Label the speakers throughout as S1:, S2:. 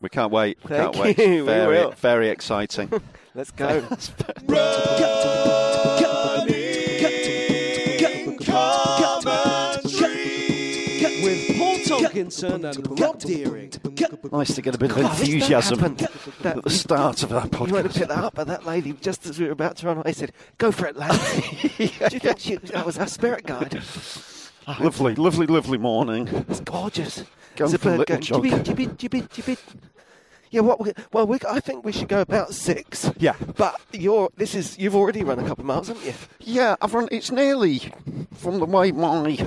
S1: We can't wait. We Oh.
S2: Thank
S1: can't wait.
S2: you, we
S1: Very,
S2: will.
S1: very exciting.
S2: Let's go. With Paul Tonkinson and Rob Deering.
S1: nice to get a bit of
S2: God, this don't
S1: enthusiasm
S2: happen. That-
S1: at the start of that podcast.
S2: You won't have picked that up, but that lady, just as we were about to run away, said, Go for it, lad. Do you think she, that was our spirit guide?
S1: Lovely, lovely, lovely morning.
S2: It's gorgeous.
S1: Going
S2: It's a
S1: for
S2: bird
S1: little
S2: going,
S1: jog.
S2: jibbit, jibbit, jibbit, jibbit. Yeah, what? We, well, we, I think we should go about six.
S1: Yeah.
S2: but you're. This is. You've already run a couple of miles, haven't you?
S1: Yeah, I've run. It's nearly from the way my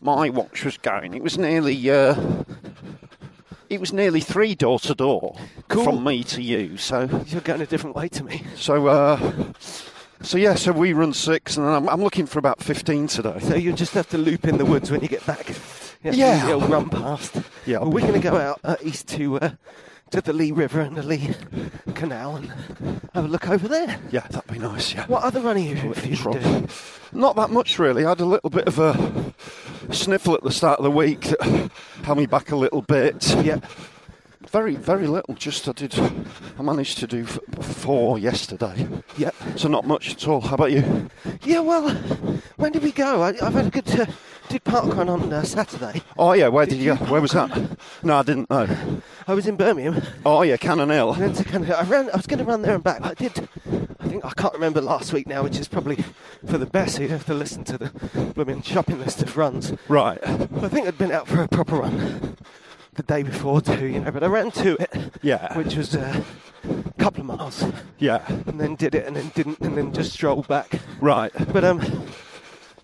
S1: my watch was going. It was nearly. Uh, it was nearly three door to door
S2: Cool.
S1: from me to you. So
S2: You're going a different way to me.
S1: so uh, so yeah. So we run six, and I'm, I'm looking for about fifteen today.
S2: So you just have to loop in the woods when you get back. You have to
S1: Yeah.
S2: you'll run past.
S1: Yeah.
S2: Well, we're going to go out uh, east to uh, to the Lee River and the Lee Canal and have a look over there.
S1: yeah, that'd be nice. Yeah.
S2: What other running have you
S1: Trot.
S2: been doing?
S1: Not that much, really. I had a little bit of a sniffle at the start of the week that had me back a little bit.
S2: Yeah.
S1: Very, very little. Just I did, I managed to do f- four yesterday.
S2: Yeah.
S1: So not much at all. How about you?
S2: Yeah. Well, when did we go? I, I've had a good. Uh, did parkrun on uh, Saturday.
S1: Oh yeah, where did, you go? Where was that? No, I didn't know.
S2: I was in Birmingham.
S1: Oh yeah, Cannon Hill.
S2: Went to kind of, I ran. I was going to run there and back, but I did. I think I can't remember last week now, which is probably for the best. So you'd have to listen to the blooming shopping list of runs.
S1: Right.
S2: I think I'd been out for a proper run the day before too, you know. But I ran to it,
S1: Yeah.
S2: which was uh, a couple of miles,
S1: Yeah.
S2: and then did it, and then didn't, and then just strolled back.
S1: Right.
S2: But um,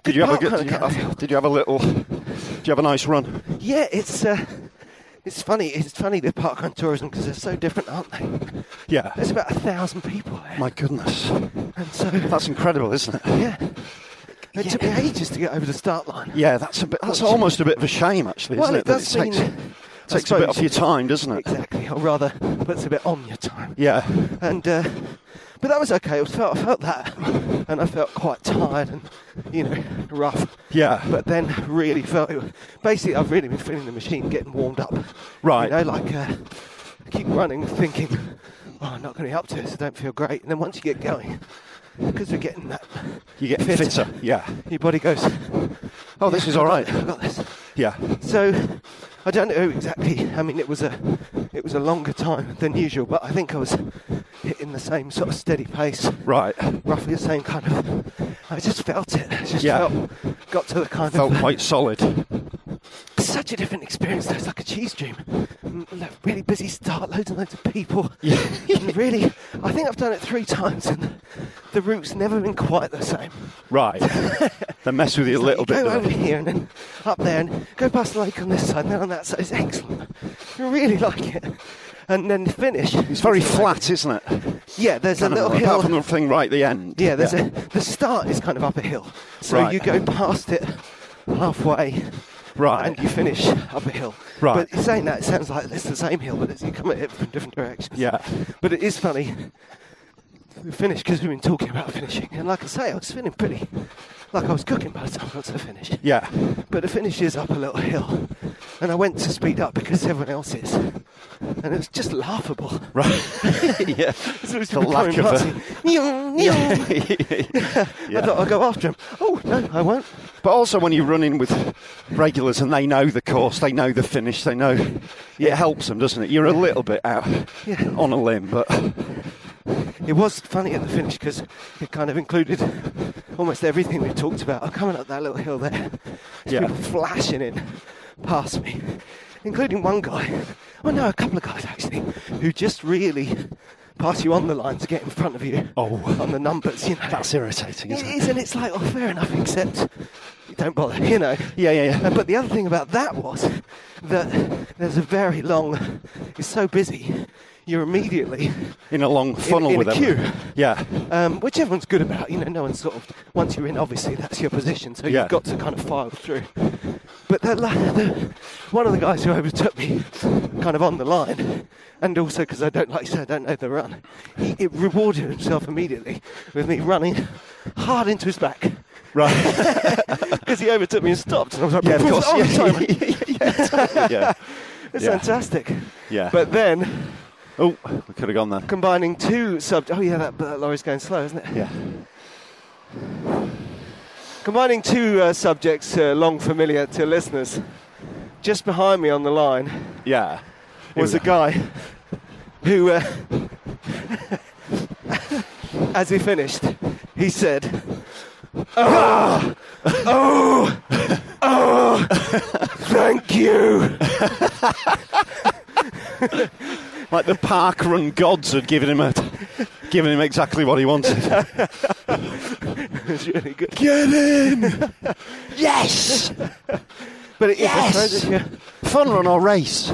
S1: Did you have a
S2: park
S1: good?
S2: run,
S1: Did you
S2: Cannon Hill.
S1: have, did you have a little? Did you have a nice run?
S2: yeah, it's uh, it's funny. It's funny the parkrun tourism because they're so different, aren't they?
S1: Yeah.
S2: There's about a thousand people there,
S1: My goodness,
S2: and so
S1: that's incredible, isn't it?
S2: Yeah. It took me ages to get over the start line.
S1: Yeah, that's a bit. That's almost a bit of a shame, actually,
S2: Well,
S1: isn't
S2: it
S1: it? that
S2: does
S1: takes,
S2: mean- I
S1: takes a bit
S2: suppose-
S1: off your time, doesn't it?
S2: Exactly, or rather, puts a bit on your time.
S1: Yeah,
S2: And, uh, but that was okay. I felt, I felt that, and I felt quite tired and, you know, rough.
S1: yeah,
S2: But then really felt it. Basically, I've really been feeling the machine getting warmed up.
S1: Right.
S2: You know, like uh, I keep running, thinking, "Oh, I'm not going to be up to this. I don't feel great." And then once you get going, because we're getting that,
S1: you get
S2: Fitter.
S1: fitter. Yeah.
S2: your body goes,
S1: Oh, this is all right.
S2: "I've got this."
S1: Yeah,
S2: So I don't know exactly. I mean, it was a it was a longer time than usual, but I think I was hitting the same sort of steady pace,
S1: right.
S2: roughly the same kind of. I just felt it. I just
S1: Yeah.
S2: felt got to the kind
S1: Felt
S2: of
S1: quite solid.
S2: such a different experience. though. It's like a cheese dream. Mm, like, Really busy start, loads and loads of people.
S1: Yeah.
S2: And really, I think I've done it three times, and the route's never been quite the same.
S1: Right. they mess with you a
S2: It's
S1: little
S2: like you
S1: bit.
S2: Go
S1: don't
S2: over
S1: they?
S2: here and then up there and go past the lake on this side and then on that side. It's excellent. I really like it. And then finish.
S1: It's very flat, isn't it?
S2: Yeah, there's a
S1: Kind of,
S2: little
S1: apart from
S2: hill.
S1: the thing right at the end.
S2: Yeah, there's a the start is kind of up a hill. So
S1: Right.
S2: you go past it halfway
S1: Right.
S2: and you finish up a hill.
S1: Right.
S2: But saying that it sounds like it's the same hill, but it's, you come at it from different directions.
S1: Yeah.
S2: But it is funny. We finished because we've been talking about finishing. And like I say, I was feeling pretty like I was cooking by the time I got to the finish.
S1: Yeah.
S2: But the finish is up a little hill, and I went to speed up because everyone else is, and it was just laughable.
S3: Right. yeah.
S2: So it's
S3: the lack of a.
S2: yeah. I thought I'll go after him. Oh no, I won't.
S1: But also when you run in with regulars and they know the course, they know the finish, they know it helps them, doesn't it? You're a little bit out
S2: Yeah.
S1: on a limb, but
S2: It was funny at the finish because it kind of included almost everything we talked about. I'm coming up that little hill there. There's
S1: Yeah.
S2: People flashing in past me, including one guy. Oh no, a couple of guys actually, who just really pass you on the line to get in front of you.
S1: Oh.
S2: on the numbers, you know.
S1: that's irritating,
S2: It
S1: isn't
S2: is, and it's like, oh, fair enough, except don't bother, you know.
S1: Yeah, yeah, yeah.
S2: Uh, But the other thing about that was that there's a very long, it's so busy, you're immediately,
S1: In a long funnel
S2: in a
S1: with them.
S2: queue.
S1: Yeah.
S2: um, which everyone's good about, you know, no one's sort of, once you're in, obviously that's your position, so
S1: Yeah.
S2: you've got to kind of file through. But the, la- the, one of the guys who overtook me, kind of on the line, and also because I don't, like you say, I don't know the run, he, it rewarded himself immediately with me running hard into his back.
S1: Right.
S2: Because he overtook me and stopped, and I was like,
S1: Yeah, of course.
S2: "Oh,
S1: Yeah,
S2: sorry."
S1: yeah.
S2: It's
S1: Yeah.
S2: fantastic.
S1: Yeah.
S2: But then
S1: Oh, we could have gone there.
S2: combining two sub. Oh yeah, that, that lorry's going slow, isn't it?
S1: Yeah.
S2: Combining two uh, subjects uh, long familiar to listeners. Just behind me on the line
S1: Yeah. It
S2: was a guy who, uh, as we finished, he said, "Ah, oh, oh, thank you."
S1: Like the park run gods had given him a, given him exactly what he wanted.
S2: It's really good.
S1: Get in! yes!
S2: But it is, I
S1: Yes!
S2: suppose, if you
S1: Fun run or race?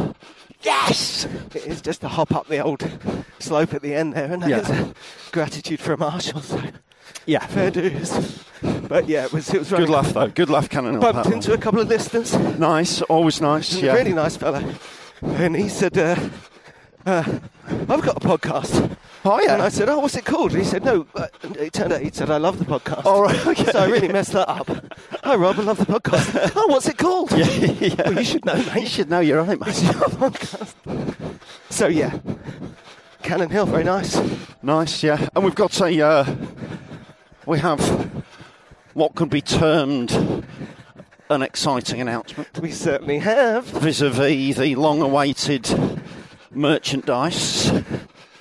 S1: Yes!
S2: It is just a hop up the old slope at the end there, and that
S1: Yeah.
S2: is gratitude for a marshal. So
S1: Yeah.
S2: fair dues. But yeah, it was it was
S1: Good
S2: running-
S1: laugh though. Good laugh, Cannon.
S2: Bumped into a couple of listeners. and
S1: Nice, always nice.
S2: A
S1: Yeah.
S2: really nice fellow, and he said, uh, uh, "I've got a podcast."
S1: Oh
S2: And I
S1: yeah.
S2: said, "Oh, what's it called?" And he said, "No." uh, and It turned out he said, "I love the podcast."
S1: All right. Okay.
S2: So I really messed that up. Hi, Rob. I love the podcast. oh, what's it called?
S1: yeah.
S2: Well, you should know, mate.
S1: You should know. You're right, mate.
S2: So yeah, Cannon Hill, very nice.
S1: Nice, yeah. And we've got a, uh, we have what could be termed an exciting announcement
S2: We certainly have.
S1: vis-a-vis the long-awaited merchandise.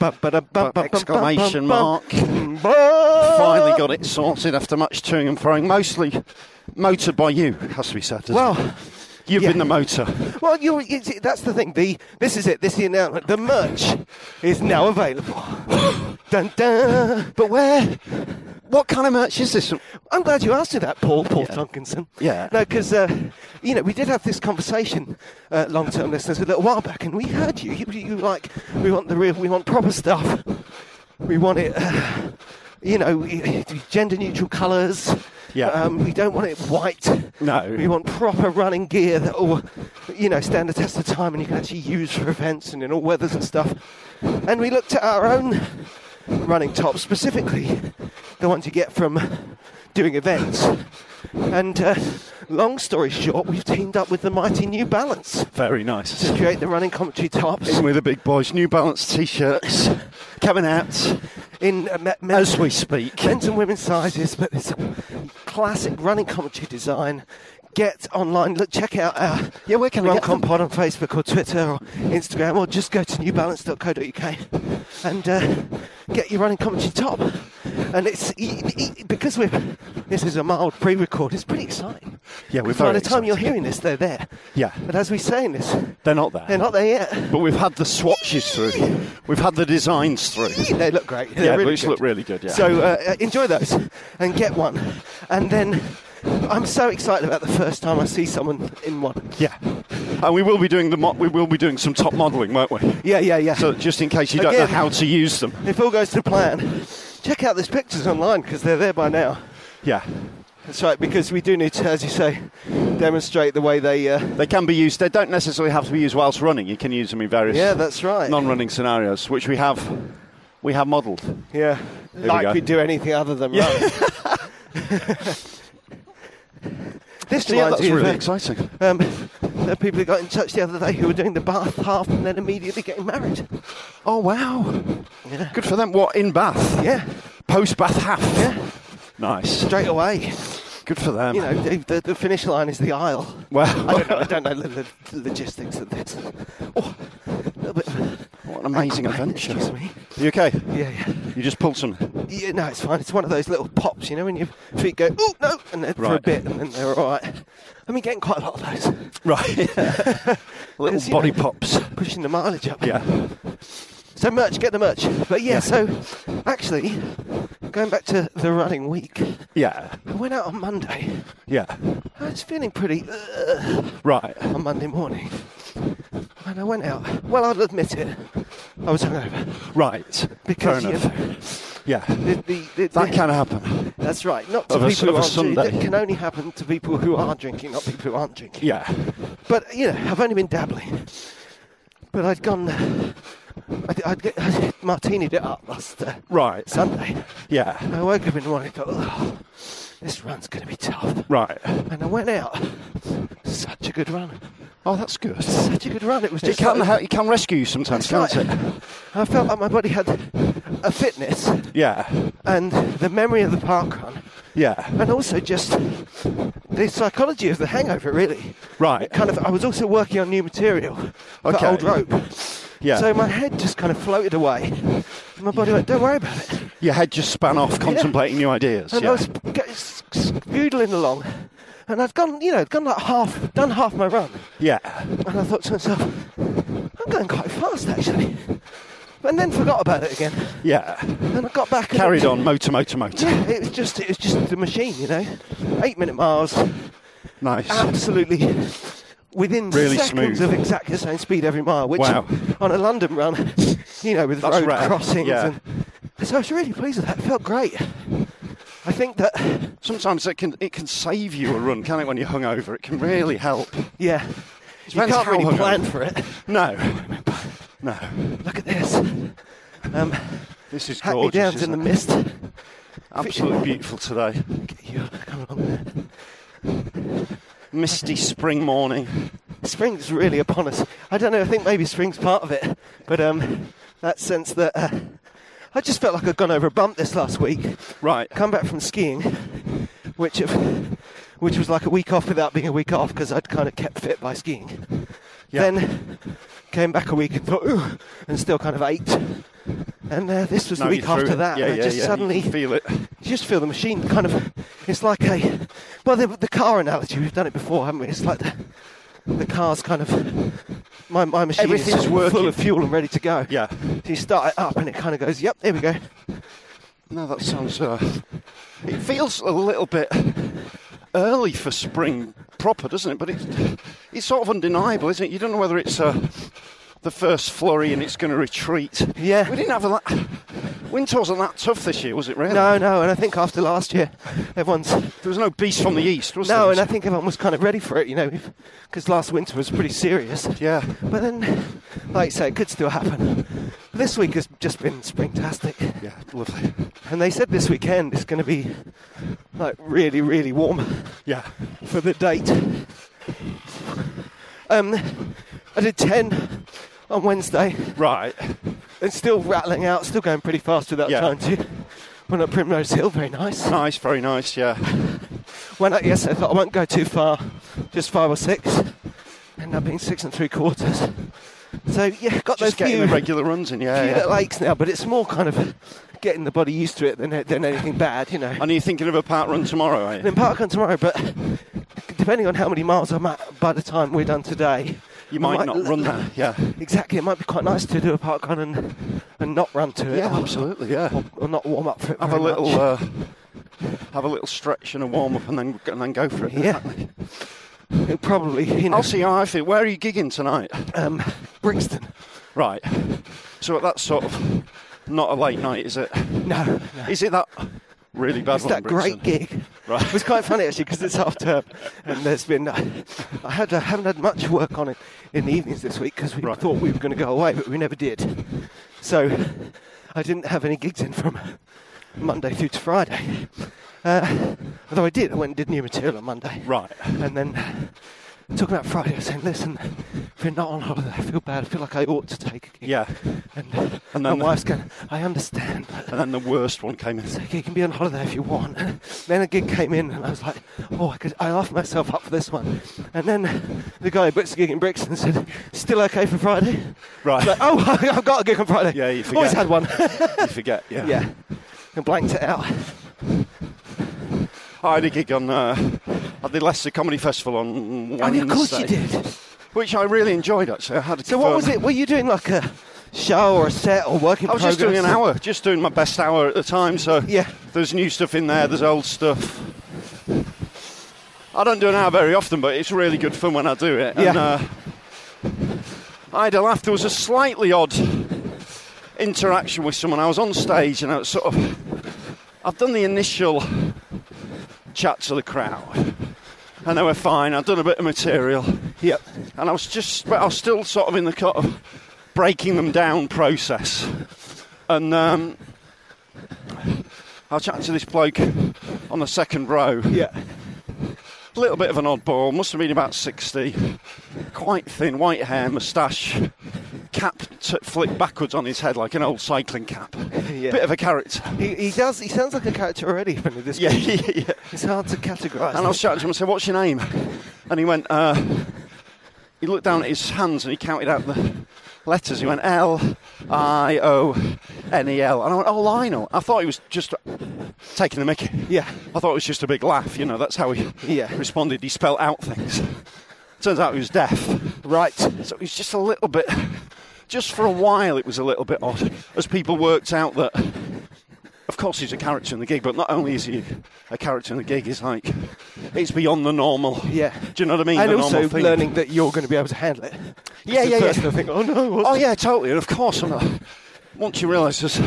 S1: Exclamation
S2: Exclamation
S1: mark. Finally got it sorted after much toing and throwing, mostly motored by you, has to be said. doesn't it?
S2: Well,
S1: you've
S2: yeah.
S1: been the motor.
S2: well, you, you see, that's the thing. The this is it. This is the announcement. The merch is now available. dun, dun.
S1: But where? What kind of merch is this?
S2: I'm glad you asked me that, Paul. Paul Tonkinson.
S1: Yeah.
S2: No, because uh, you know we did have this conversation, uh, long-term listeners, a little while back, and we heard you. You, you like we want the real, we want proper stuff. We want it. Uh, you know, gender-neutral colours.
S1: Yeah.
S2: Um, we don't want it white.
S1: No.
S2: We want proper running gear that will, you know, stand the test of time and you can actually use for events and in all weathers and stuff. And we looked at our own running tops, specifically the ones you get from doing events. And uh, long story short, we've teamed up with the mighty New Balance
S1: Very nice.
S2: to create the running commentary tops
S1: In with the big boys, New Balance t-shirts coming out
S2: in uh, me- me-
S1: as we speak.
S2: men's and women's sizes, but it's a classic running commentary design. Get online, look, check out our
S1: Yeah, where can I
S2: Run
S1: get them?
S2: Compod on Facebook or Twitter or Instagram, or just go to newbalance.co.uk and uh, get your running commentary top. And it's e- e- because we're this is a mild pre-record. It's pretty exciting.
S1: Yeah, we're
S2: By
S1: very
S2: the time you're
S1: excited.
S2: hearing this, they're there.
S1: Yeah.
S2: But as we're saying this,
S1: They're not there.
S2: they're not there yet.
S1: But we've had the swatches through. We've had the designs through.
S2: They look great. They're
S1: Yeah,
S2: really
S1: which
S2: good.
S1: look really good, yeah.
S2: So uh, enjoy those and get one. And then I'm so excited about the first time I see someone in one.
S1: Yeah. And we will be doing the mo- we will be doing some top modelling, won't we?
S2: Yeah, yeah, yeah.
S1: So just in case you don't
S2: Again.
S1: know how to use them.
S2: if all goes to plan, check out these pictures online because they're there by now.
S1: Yeah.
S2: That's right, because we do need to, as you say, demonstrate the way they. Uh,
S1: They can be used. They don't necessarily have to be used whilst running. You can use them in various
S2: yeah, that's right.
S1: non-running scenarios, which we have we have modelled.
S2: yeah,
S1: we
S2: like
S1: go.
S2: we do anything other than run. This
S1: So, yeah,
S2: reminds
S1: that's
S2: me of,
S1: really
S2: uh,
S1: exciting.
S2: um, the people who got in touch the other day who were doing the bath half and then immediately getting married.
S1: Oh wow!
S2: Yeah.
S1: Good for them. What in Bath?
S2: Yeah,
S1: Post Bath half.
S2: yeah,
S1: Nice.
S2: straight away.
S1: Good for them.
S2: You know, the, the, the finish line is the aisle.
S1: Well-
S2: I don't know, I don't know the, the logistics of this. Oh, a little bit.
S1: what an amazing adventure.
S2: Excuse me.
S1: You okay?
S2: Yeah, yeah.
S1: You just pulled some.
S2: Yeah, no, it's fine. It's one of those little pops, you know, when your feet go, oh, no, and then for a
S1: Right.
S2: bit, and then they're all right. I mean, getting quite a lot of those.
S1: Right.
S2: Because,
S1: Little
S2: you
S1: body
S2: know-
S1: pops.
S2: Pushing the mileage up.
S1: Yeah.
S2: So merch, get the merch. But yeah, so actually, going back to the running week,
S1: Yeah.
S2: I went out on Monday.
S1: Yeah.
S2: I was feeling pretty uh,
S1: Right.
S2: on Monday morning. And I went out. Well, I'll admit it. I was hungover.
S1: Right.
S2: Because
S1: Fair
S2: you
S1: enough.
S2: know,
S1: Yeah.
S2: the, the, the,
S1: That
S2: the-
S1: can happen.
S2: That's right. Not to
S1: Of a-
S2: people
S1: of
S2: who
S1: a
S2: aren't drinking. That
S1: Sunday.
S2: can only happen to people who are drinking, not people who aren't drinking.
S1: Yeah.
S2: But you know, I've only been dabbling. But I'd gone. I'd, I'd, get, I'd martinied it up last uh,
S1: Right.
S2: Sunday.
S1: Yeah.
S2: I woke up in the morning and thought, oh, this run's going to be tough.
S1: Right.
S2: And I went out. Such a good run.
S1: Oh, that's good.
S2: Such a good run. It was
S1: It
S2: just.
S1: can,
S2: like-
S1: ha- it can rescue you sometimes,
S2: That's
S1: can't
S2: right.
S1: it?
S2: I felt like my body had a fitness
S1: Yeah.
S2: and the memory of the park run.
S1: Yeah.
S2: and also just the psychology of the hangover, really.
S1: Right.
S2: Kind of. I was also working on new material for
S1: Okay.
S2: old rope.
S1: Yeah.
S2: So my head just kind of floated away. And My body went, "Don't worry about it."
S1: Your head just span off contemplating new ideas.
S2: And
S1: yeah.
S2: I was g- s- s- doodling along, and I'd gone, you know, I'd gone like half, done half my run,
S1: yeah.
S2: and I thought to myself, "I'm going quite fast actually." And then forgot about it again.
S1: Yeah.
S2: And I got back. and-
S1: Carried on, motor, motor, motor.
S2: Yeah, it was just, it was just the machine, you know. Eight minute miles,
S1: Nice.
S2: absolutely within
S1: Really
S2: seconds
S1: smooth.
S2: of exactly the same speed every mile, which
S1: Wow.
S2: on a London run, you know, with
S1: That's
S2: road
S1: rare,
S2: crossings.
S1: yeah.
S2: And, so I was really pleased with that. It felt great. I think that,
S1: Sometimes it can it can save you a run, can it? When you're hungover, it can really help.
S2: yeah, you
S1: Depends
S2: can't
S1: how
S2: really
S1: hungover.
S2: plan for it.
S1: No, no,
S2: Look at this. Um,
S1: this is
S2: Hackney
S1: gorgeous.
S2: Downs
S1: isn't
S2: in the
S1: it?
S2: mist.
S1: Absolutely beautiful today.
S2: Get you, come along.
S1: Misty spring morning.
S2: Spring's really upon us. I don't know. I think maybe spring's part of it, but um, that sense that uh, I just felt like I'd gone over a bump this last week.
S1: Right.
S2: come back from skiing, which which was like a week off without being a week off because I'd kind of kept fit by skiing.
S1: Yeah.
S2: Then came back a week and thought, ooh, and still kind of ate. And uh, this was
S1: Now
S2: the
S1: you're
S2: week
S1: through
S2: after
S1: it.
S2: that,
S1: yeah,
S2: and
S1: yeah,
S2: I just
S1: yeah.
S2: suddenly
S1: you can feel it.
S2: you just feel the machine kind of. It's like a well, the, the car analogy we've done it before, haven't we? It's like the, the car's kind of my my machine
S1: Everything's
S2: is full
S1: working.
S2: of fuel and ready to go.
S1: Yeah.
S2: So you start it up and it kind of goes, yep, there we go.
S1: No, that sounds. Uh, it feels a little bit early for spring proper, doesn't it? But it's it's sort of undeniable, isn't it? You don't know whether it's uh, the first flurry and it's going to retreat.
S2: Yeah.
S1: We didn't have a lot. Winter wasn't that tough this year, was it? Really?
S2: No, no, and I think after last year, everyone's
S1: There was no beast from the east, was
S2: no,
S1: there?
S2: and I think everyone was kind of ready for it, you know, because last winter was pretty serious.
S1: yeah,
S2: But then, like you say, it could still happen. This week has just been springtastic,
S1: yeah, lovely.
S2: and they said this weekend is going to be like really, really warm
S1: Yeah,
S2: for the date. Um, I did ten on Wednesday,
S1: right.
S2: and still rattling out, still going pretty fast without
S1: Yeah.
S2: trying to. Went up Primrose Hill, very nice.
S1: Nice, very nice. Yeah,
S2: Went out yesterday, thought I won't go too far, just five or six. Ended up being six and three quarters. So yeah, got
S1: just
S2: those
S1: getting
S2: few,
S1: the regular runs in.
S2: few
S1: Yeah,
S2: little
S1: yeah.
S2: aches now, but it's more kind of getting the body used to it than, than anything bad, you know. And
S1: And you're thinking of a part run tomorrow, are you?
S2: then park on tomorrow, but depending on how many miles I'm at by the time we're done today,
S1: You
S2: I
S1: might not
S2: l-
S1: run that. Yeah,
S2: Exactly, it might be quite nice to do a park on and, and not run to it,
S1: yeah,
S2: or-
S1: absolutely. Yeah,
S2: or not warm up for it.
S1: have a
S2: very
S1: little,
S2: much.
S1: uh, have a little stretch and a warm up, and then and then go for it.
S2: yeah, It'll probably. You know,
S1: uh, I'll see how I feel. Where are you gigging tonight?
S2: um, Brixton.
S1: Right. So that's sort of not a late night, is it?
S2: No, no.
S1: Is it that really bad
S2: It's
S1: one,
S2: that
S1: Brixton?
S2: great gig.
S1: Right.
S2: It was quite funny actually because it's half term, and there's been I, I had I haven't had much work on it in the evenings this week because we
S1: Right.
S2: thought we were going to go away, but we never did. So I didn't have any gigs in from Monday through to Friday, Uh, although I did, I went and did new material on Monday.
S1: Right.
S2: And then uh, talking about Friday, I was saying, listen, if you're not on holiday, I feel bad. I feel like I ought to take a gig.
S1: Yeah.
S2: And,
S1: And
S2: my
S1: then-
S2: wife's going, I understand. but
S1: And then the worst one came in.
S2: it's like you can be on holiday if you want. And then a gig came in, and I was like, oh, I could, I offered myself up for this one. And then the guy who books the gig in Brixton said, still okay for Friday?
S1: Right.
S2: Like, oh, I've got a gig on Friday.
S1: Yeah, you forget.
S2: Always had one.
S1: You forget, yeah.
S2: yeah. And blanked it out.
S1: I had a gig on uh, at the Leicester Comedy Festival on
S2: Oh,
S1: Wednesday.
S2: yeah, of course you did.
S1: Which I really enjoyed, actually. I had to
S2: So what was
S1: confirm.
S2: it? Were you doing like a show or a set or working?
S1: I was just doing
S2: progress?
S1: an hour, just doing my best hour at the time. So
S2: Yeah.
S1: there's new stuff in there, there's old stuff. I don't do an hour very often, but it's really good fun when I do it. And,
S2: Yeah.
S1: uh, I had a laugh. There was a slightly odd interaction with someone. I was on stage and I was sort of. I've done the initial chat to the crowd, and they were fine. I'd done a bit of material,
S2: Yep.
S1: and I was just. But I was still sort of in the kind of breaking them down process. And um, I was chatting to this bloke on the second row.
S2: Yeah.
S1: A little bit of an oddball, must have been about 60. Quite thin, white hair, moustache, cap t- flipped backwards on his head like an old cycling cap.
S2: Yeah.
S1: Bit of a character.
S2: He, he does. He sounds like a character already. From this
S1: Yeah,
S2: guy.
S1: yeah, yeah.
S2: It's hard to categorise.
S1: And I was chatting to him, I said, What's your name? And he went, uh, He looked down at his hands and he counted out the letters. He went, L I O N E L. And I went, Oh, Lionel. I thought he was just taking the mickey.
S2: Yeah.
S1: I thought it was just a big laugh, you know, that's how he
S2: Yeah.
S1: responded. He spelt out things. Turns out he was deaf.
S2: Right.
S1: So it was just a little bit, just for a while, it was a little bit odd as people worked out that, of course, he's a character in the gig, but not only is he a character in the gig, it's like, it's beyond the normal.
S2: Yeah.
S1: Do you know what I mean?
S2: And
S1: the
S2: also
S1: normal thing.
S2: learning that you're going to be able to handle it.
S1: Yeah, yeah, yeah.
S2: I think, oh no. what's-
S1: Oh, yeah, totally. And of course, I'm not. Once you realise there's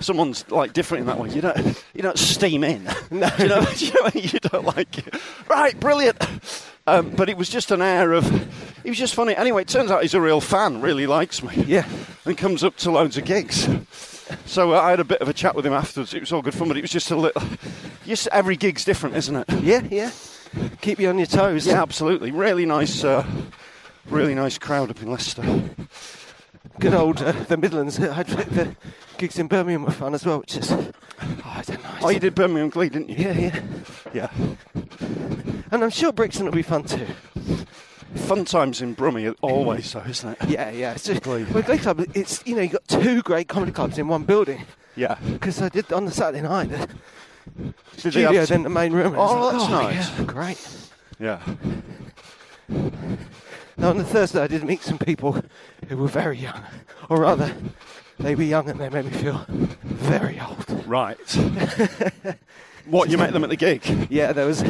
S1: someone's like different in that way, you don't you don't steam in. No, you know, you, know, you don't like it. Right, brilliant. Um, but it was just an air of. He was just funny. Anyway, it turns out he's a real fan. Really likes me.
S2: Yeah.
S1: and comes up to loads of gigs. So uh, I had a bit of a chat with him afterwards. It was all good fun, but it was just a little. Just every gig's different, isn't it?
S2: Yeah. Yeah. Keep you on your toes.
S1: Yeah, absolutely. Really nice. Uh, really nice crowd up in Leicester.
S2: Good old uh, the Midlands. I had the gigs in Birmingham were fun as well, which is. Oh, I don't know.
S1: Oh, you did Birmingham Glee, didn't you?
S2: Yeah. Yeah.
S1: Yeah.
S2: And I'm sure Brixton will be fun too.
S1: Fun times in Brummie, always, though, isn't it?
S2: Yeah, yeah. It's just,
S1: Glee.
S2: Well, Glee Club, it's, you know, you've got two great comedy clubs in one building.
S1: Yeah.
S2: Because I did on the Saturday night, the
S1: Did they have
S2: studio,
S1: t-
S2: then the main room. and
S1: Oh,
S2: I was
S1: that's
S2: yeah, great.
S1: Yeah.
S2: Now, on the Thursday, I did meet some people who were very young. Or rather, they were young and they made me feel very old.
S1: Right. what, you met them at the gig?
S2: Yeah, there was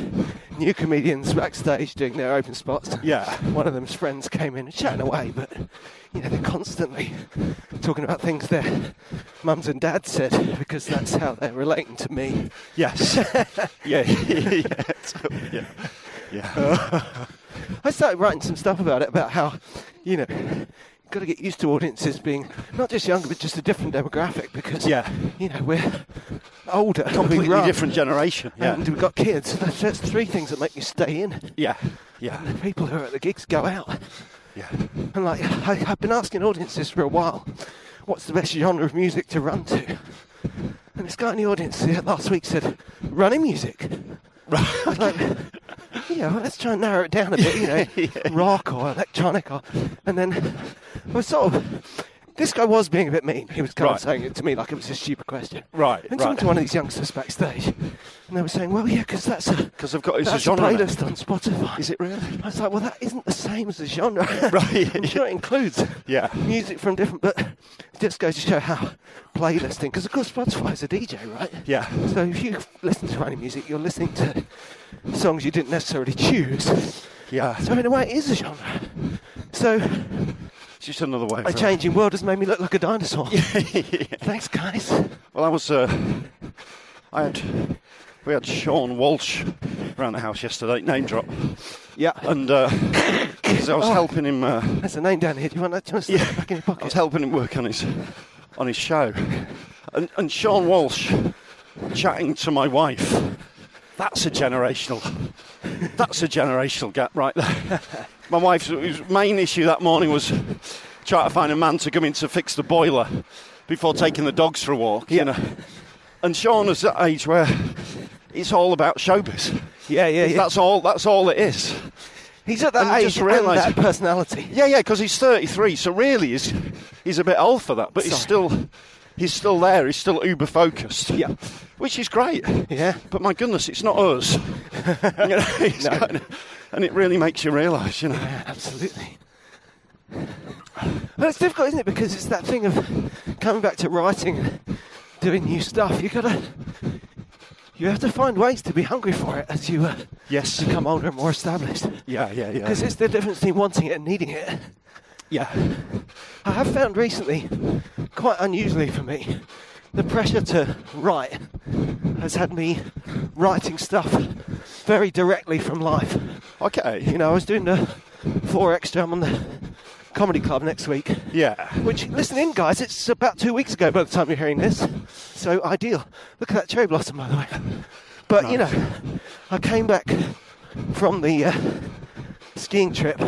S2: new comedians backstage doing their open spots.
S1: Yeah.
S2: One of them's friends came in and chatting away, but, you know, they're constantly talking about things their mums and dads said because that's how they're relating to me.
S1: Yes. yeah. yeah. totally, Yeah.
S2: Uh,
S1: Yeah.
S2: I started writing some stuff about it, about how, you know, you've got to get used to audiences being not just younger, but just a different demographic because,
S1: Yeah.
S2: you know, we're older. and we
S1: Completely
S2: run,
S1: different generation. Yeah.
S2: And we've got kids. That's, that's three things that make you stay in.
S1: yeah. Yeah.
S2: The people who are at the gigs go out.
S1: Yeah.
S2: And, like, I, I've been asking audiences for a while, what's the best genre of music to run to? And this guy in the audience the- last week said, running music. I was like, yeah, well, let's try and narrow it down a bit, you know, rock or electronic or, and then I was sort of, this guy was being a bit mean. He was kind
S1: Right.
S2: of saying it to me like it was a stupid question.
S1: Right,
S2: And talking
S1: right.
S2: to one of these youngsters backstage, and they were saying, well, yeah, because that's a,
S1: 'Cause they've got- it's a
S2: that's
S1: genre now.
S2: playlist on Spotify.
S1: Is it really?
S2: I was like, well, that isn't the same as a genre.
S1: Right.
S2: I'm sure it includes
S1: Yeah.
S2: music from different, but it just goes to show how playlisting, because of course Spotify's a DJ, right?
S1: Yeah.
S2: So if you listen to any music, you're listening to songs you didn't necessarily choose.
S1: Yeah.
S2: So in a way, it is a genre. So
S1: It's just another way.
S2: a
S1: of-
S2: changing world has made me look like a dinosaur. Thanks, guys.
S1: Well, I was. Uh, I had. We had Sean Walsh around the house yesterday, name drop.
S2: Yeah.
S1: And uh, 'cause I
S2: Oh.
S1: was helping him. Uh,
S2: That's a name down here. Do you want that? Do you want to stick it back in your
S1: I was
S2: pocket?
S1: helping him work on his on his show, and, and Sean Walsh chatting to my wife That's a generational. That's a generational gap right there. My wife's whose main issue that morning was trying to find a man to come in to fix the boiler before taking the dogs for a walk. You know, and Sean is that age where it's all about showbiz.
S2: Yeah, yeah, yeah.
S1: That's all. That's all it is.
S2: He's at that
S1: And you
S2: age
S1: just realise-
S2: and that personality.
S1: Yeah, yeah, because he's 33, so really he's, he's a bit old for that, but he's still he's still there. He's still uber focused.
S2: Yeah.
S1: which is great.
S2: Yeah.
S1: but my goodness, it's not us. You know, it's kind of- and it really makes you realise, you know.
S2: Absolutely. Well, it's difficult, isn't it? Because it's that thing of coming back to writing and doing new stuff. You gotta, you have to find ways to be hungry for it as you uh,
S1: Yes.
S2: become older and more established.
S1: Yeah, yeah, yeah.
S2: Because it's the difference between wanting it and needing it.
S1: yeah,
S2: I have found recently, quite unusually for me, the pressure to write has had me writing stuff very directly from life.
S1: okay,
S2: You know, I was doing the four extra. I'm on the comedy club next week.
S1: yeah,
S2: Which, listen in, guys, it's about two weeks ago by the time you're hearing this. So ideal. Look at that cherry blossom, by the way. But, you
S1: Nice.
S2: know, I came back from the uh, skiing trip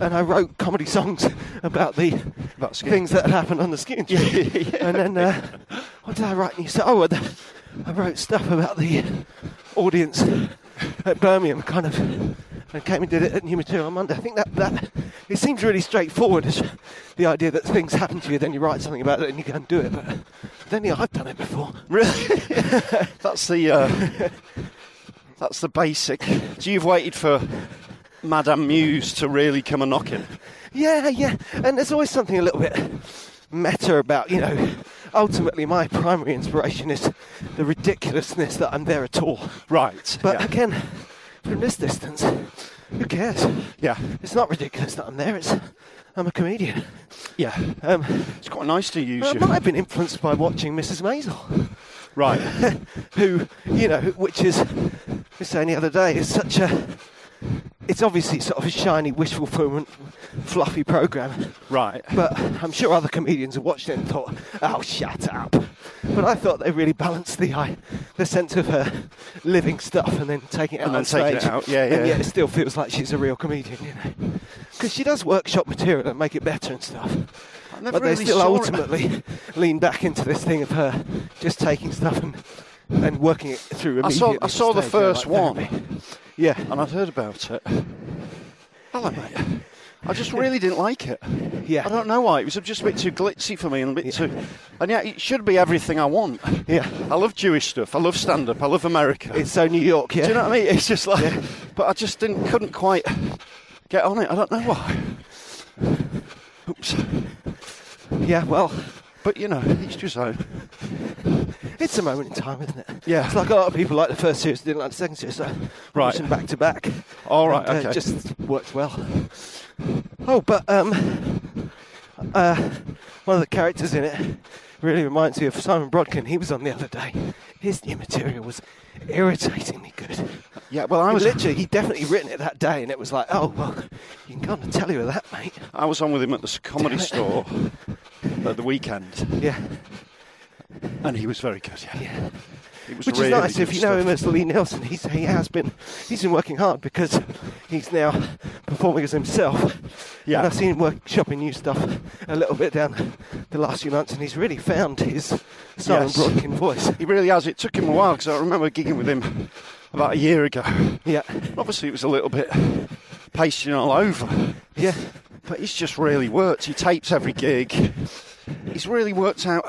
S2: and I wrote comedy songs about the
S1: About skiing.
S2: things that happened on the skiing trip. And then, uh, what did I write? You said, oh, well, the, I wrote stuff about the audience at Birmingham, kind of, and came and did it at New Material on Monday. I think that, that it seems really straightforward, is the idea that things happen to you, then you write something about it and you go and do it. But then yeah, I've done it before.
S1: really. that's the uh, that's the basic. So you've waited for Madame Muse to really come a knocking.
S2: Yeah, yeah. And there's always something a little bit meta about, you know, ultimately my primary inspiration is the ridiculousness that I'm there at all.
S1: Right,
S2: But
S1: yeah.
S2: again, from this distance, who cares?
S1: Yeah,
S2: It's not ridiculous that I'm there, it's I'm a comedian.
S1: yeah.
S2: Um,
S1: It's quite nice to use
S2: I
S1: you.
S2: might have been influenced by watching Mrs. Maisel,
S1: Right.
S2: who, you know, which is, I was saying the other day, is such a, it's obviously sort of a shiny, wishful, fulfillment, fluffy program.
S1: Right.
S2: But I'm sure other comedians have watched it and thought, "Oh, shut up." But I thought they really balanced the I the sense of her living stuff and then taking it out
S1: And
S2: on
S1: then taking
S2: stage.
S1: it out, yeah,
S2: And
S1: yeah.
S2: yet it still feels like she's a real comedian, you know, because she does workshop material and make it better and stuff.
S1: I never
S2: But they
S1: really
S2: still
S1: saw it.
S2: ultimately lean back into this thing of her just taking stuff and and working it through.
S1: I saw,
S2: immediately
S1: I
S2: on
S1: saw the
S2: stage, you know,
S1: first
S2: like
S1: one, Um,
S2: therapy. Yeah.
S1: and I'd heard about it. Hello, mate. I just really didn't like it.
S2: Yeah.
S1: I don't know why. It was just a bit too glitzy for me, and a bit too. And yeah, it should be everything I want.
S2: Yeah.
S1: I love Jewish stuff. I love stand-up. I love America.
S2: It's so New York. Yeah.
S1: Do you know what I mean? It's just like, but I just didn't, couldn't quite get on it. I don't know why. Oops.
S2: Yeah. Well.
S1: But you know, each to his own.
S2: It's a moment in time, isn't it?
S1: Yeah.
S2: It's like a lot of people like the first series, didn't like the second series. So
S1: Right.
S2: watched them back to back.
S1: All right,
S2: And, uh,
S1: okay.
S2: just worked well. Oh, but um, uh, one of the characters in it really reminds me of Simon Brodkin. He was on the other day. His new material was irritatingly good.
S1: Yeah. Well, I
S2: I was
S1: was
S2: literally, he'd definitely written it that day, and it was like, oh, well, you can kind of tell you that, mate.
S1: I was on with him at the comedy
S2: Damn it.
S1: store at the weekend,
S2: Yeah.
S1: and he was very good. Yeah.
S2: Yeah.
S1: It was
S2: Which
S1: really
S2: is nice if
S1: good
S2: you know
S1: stuff.
S2: him as Lee Nelson. He's, he has been he's been working hard because he's now performing as himself.
S1: Yeah.
S2: And I've seen him workshopping new stuff a little bit down the last few months, and he's really found his Simon
S1: Yes.
S2: Brodkin voice.
S1: He really has. It took him a while because I remember gigging with him about a year ago.
S2: Yeah,
S1: Obviously, it was a little bit pasting all over,
S2: yeah,
S1: but he's just really worked. He tapes every gig. He's really worked out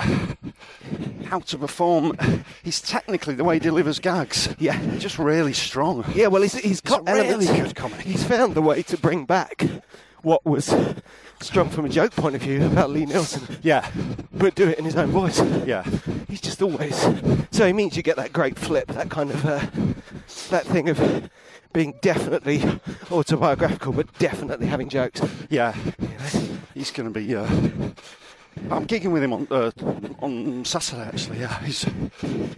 S1: how to perform. He's technically the way he delivers gags.
S2: Yeah.
S1: just really strong.
S2: yeah. Well, he's he's got
S1: a really
S2: elements.
S1: good comic.
S2: He's found the way to bring back what was strong from a joke point of view about Lee Nelson,
S1: yeah,
S2: but do it in his own voice.
S1: yeah,
S2: He's just always. So he means you get that great flip, that kind of. Uh, that thing of being definitely autobiographical, but definitely having jokes.
S1: yeah. He's going to be. Uh, I'm gigging with him on uh, on Saturday actually. Yeah, he's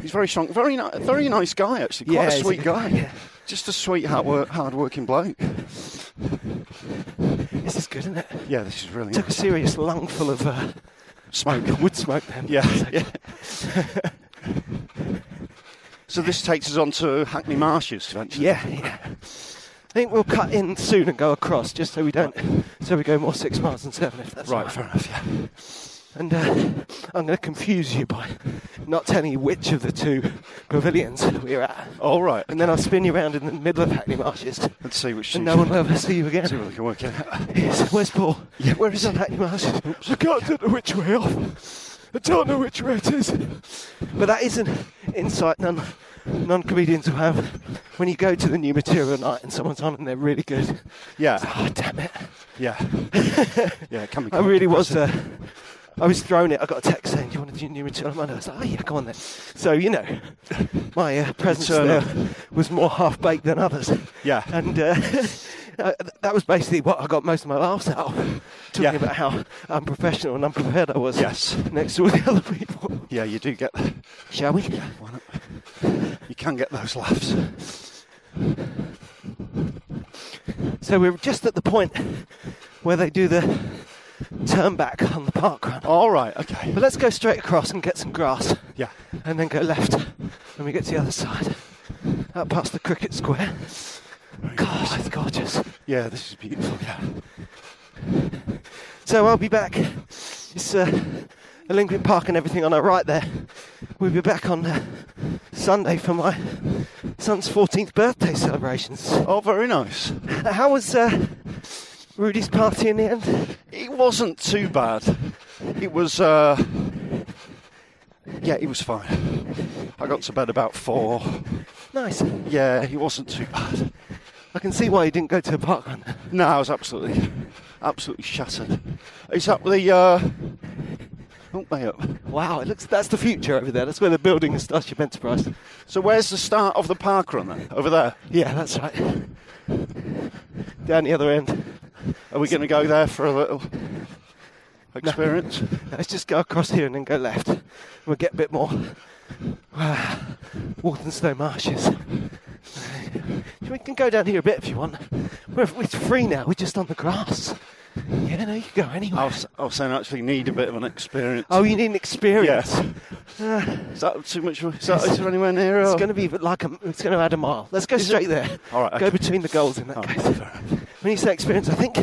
S1: he's very strong, very ni- very nice guy actually. Quite
S2: Yeah,
S1: a
S2: he's a
S1: sweet
S2: good
S1: guy.
S2: guy, yeah.
S1: Just a sweet, hard, work, hard working bloke.
S2: This is good, isn't it?
S1: Yeah, this is really
S2: Took a
S1: nice.
S2: serious lungful of uh,
S1: smoke.
S2: wood smoke then.
S1: Yeah, yeah. So this takes us on to Hackney Marshes eventually.
S2: Yeah, yeah. I think we'll cut in soon and go across, just so we don't, so we go more six miles than seven. If that's all
S1: Right, fair enough. Yeah.
S2: And uh, I'm going to confuse you by not telling you which of the two pavilions we're at.
S1: All right.
S2: And then I'll spin you around in the middle of Hackney Marshes,
S1: Let's see which. season-
S2: and no one will ever see you
S1: See what
S2: again.
S1: we can work out.
S2: Yes, Where's Paul?
S1: Yeah.
S2: Where is on Hackney Marshes? I can't know which way off. I don't know which way it is. But that is an insight none non comedians will have when you go to the new material night and someone's on and they're really good.
S1: Yeah,
S2: Oh, damn it.
S1: yeah, yeah. It can be.
S2: I
S1: quite
S2: really was.
S1: depressing.
S2: Uh, I was thrown it. I got a text saying, "Do you want to do new material Monday?" I was like, "Oh yeah, come on then." So you know, my uh, presence
S1: Turn
S2: there
S1: up.
S2: was more half baked than others.
S1: Yeah.
S2: and uh, uh, that was basically what I got most of my laughs out of, talking
S1: Yeah.
S2: about how unprofessional and unprepared I was.
S1: Yes.
S2: next to all the other people.
S1: Yeah, you do get.
S2: Shall we?
S1: Why not? You can get those laughs.
S2: So we're just at the point where they do the turn back on the park run.
S1: All right. Okay.
S2: But let's go straight across and get some grass.
S1: Yeah.
S2: and then go left when we get to the other side. Out past the cricket square. God, it's gorgeous.
S1: Yeah, this is beautiful. Yeah.
S2: So I'll be back. It's uh, the Lincoln Park and everything on our right there. We'll be back on uh, Sunday for my son's 14th birthday celebrations.
S1: Oh, very nice.
S2: How was uh, Rudy's party in the end?
S1: It wasn't too bad. It was. Uh, yeah, it was fine. I got to bed about four.
S2: Nice.
S1: Yeah, it wasn't too bad.
S2: I can see why you didn't go to a park run.
S1: No, I was absolutely, absolutely shattered. It's up the. Uh, oh, help me up.
S2: Wow, it looks that's the future over there. That's where they're building the Starship Enterprise.
S1: So where's the start of the park run then? Over there.
S2: Yeah, that's right. Down the other end.
S1: Are we going to go there for a little experience?
S2: Let's just go across here and then go left. We'll get a bit more uh, Walthamstow marshes. We can go down here a bit if you want. We're, we're free now, we're just on the grass. Yeah, no, you can go
S1: I
S2: anywhere.
S1: was, I was saying I actually need a bit of an experience.
S2: Oh, you need an experience.
S1: Yes. Is that too much? Is, that, is there anywhere near?
S2: Oh. It's
S1: or-
S2: going to be like a, it's going to add a mile. Let's go straight there.
S1: All right,
S2: Go
S1: okay. Oh,
S2: between the goals in that
S1: All right,
S2: case.
S1: fair enough.
S2: When you say experience, I think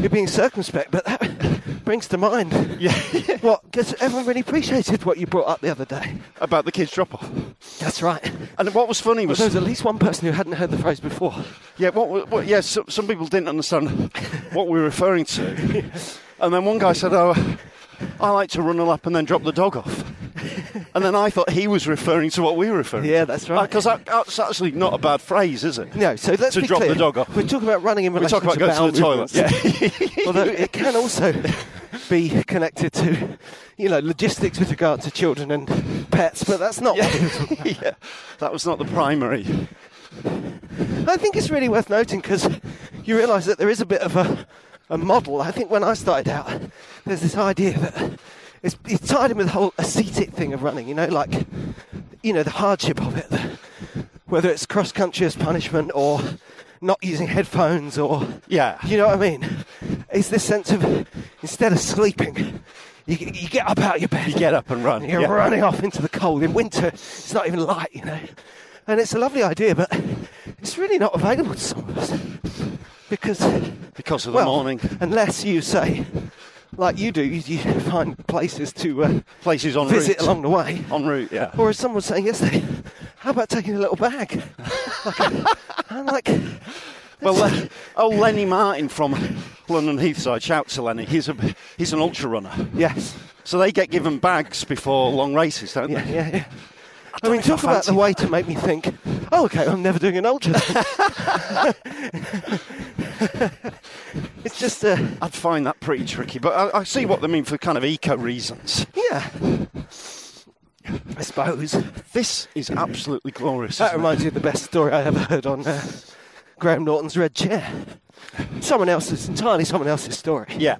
S2: you're being circumspect, but that brings to mind.
S1: Yeah.
S2: What? Because everyone really appreciated what you brought up the other day.
S1: About the kids drop off.
S2: That's right.
S1: And what was funny
S2: Well,
S1: was
S2: there was at least one person who hadn't heard the phrase before.
S1: yeah, what, wa- what yeah, some, some people didn't understand what we were referring to. And then one guy said, "Oh, I like to run a lap and then drop the dog off." And then I thought he was referring to what we were referring.
S2: Yeah, that's right.
S1: Because that, that's actually not a bad phrase, is it?
S2: No, so let's
S1: to
S2: be
S1: drop
S2: clear.
S1: the dog off.
S2: We're talking about running in
S1: We're
S2: relation
S1: talking about going to the
S2: bowel
S1: toilet.
S2: movements.
S1: Yeah.
S2: Although it can also be connected to, you know, logistics with regard to children and pets, but that's not. what we're talking
S1: yeah, that was not the primary.
S2: about. I think it's really worth noting because you realise that there is a bit of a, a model. I think when I started out, there's this idea that it's, it's tied in with the whole ascetic thing of running. You know, like, you know, the hardship of it. the- whether it's cross country as punishment or not using headphones or
S1: Yeah.
S2: you know what I mean? It's this sense of instead of sleeping, you, g- you get up out of your bed,
S1: You get up and run,
S2: and you're
S1: yeah.
S2: running off into the cold in winter. It's not even light, you know. And it's a lovely idea, but it's really not available to some of us because
S1: Because of the
S2: well,
S1: morning.
S2: unless you say. Like you do, you, you find places to uh,
S1: Places on
S2: visit
S1: route.
S2: along the way.
S1: En route, yeah.
S2: Or as someone was saying yesterday, how about taking a little bag? like a, I'm like,
S1: Well, Le- oh, Lenny Martin from London Heathside. Shout to Lenny. He's a he's an ultra runner.
S2: yes,
S1: So they get given bags before long races, don't
S2: yeah,
S1: they?
S2: yeah, yeah. I,
S1: know
S2: mean,
S1: if I
S2: talk about
S1: fancy
S2: the way to make me think. Oh, okay, I'm never doing an ultra. it's just, uh,
S1: I'd find that pretty tricky, but I, I see what they mean for kind of eco reasons.
S2: yeah. I suppose
S1: This is absolutely glorious.
S2: that
S1: isn't it?
S2: reminds me of the best story I ever heard on uh, Graham Norton's Red Chair. Someone else's, entirely someone else's story.
S1: Yeah.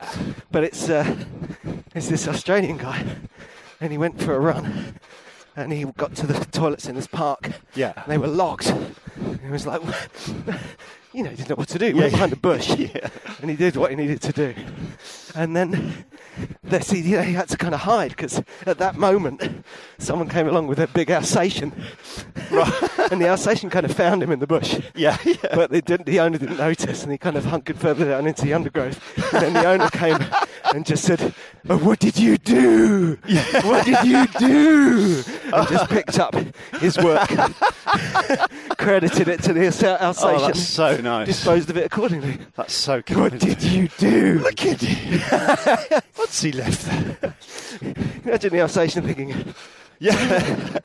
S2: but it's uh, it's this Australian guy, and he went for a run, and he got to the toilets in this park.
S1: Yeah.
S2: and they were locked. And he was like, you know, he didn't know what to do. He
S1: Yeah,
S2: went
S1: yeah.
S2: behind a bush, and he did what he needed to do. And then they see you know, he had to kind of hide because at that moment someone came along with a big Alsatian and the Alsatian kind of found him in the bush.
S1: Yeah, yeah.
S2: But they didn't, the owner didn't notice, and he kind of hunkered further down into the undergrowth. And then the owner came and just said, oh, "What did you do? What did you do?" And just picked up his work, credited it to the Alsa- Alsatian,
S1: Oh, that's so nice.
S2: disposed of it accordingly.
S1: That's so cool.
S2: What did you do? Look at
S1: What's he left there?
S2: Imagine the Alsatian thinking,
S1: Yeah,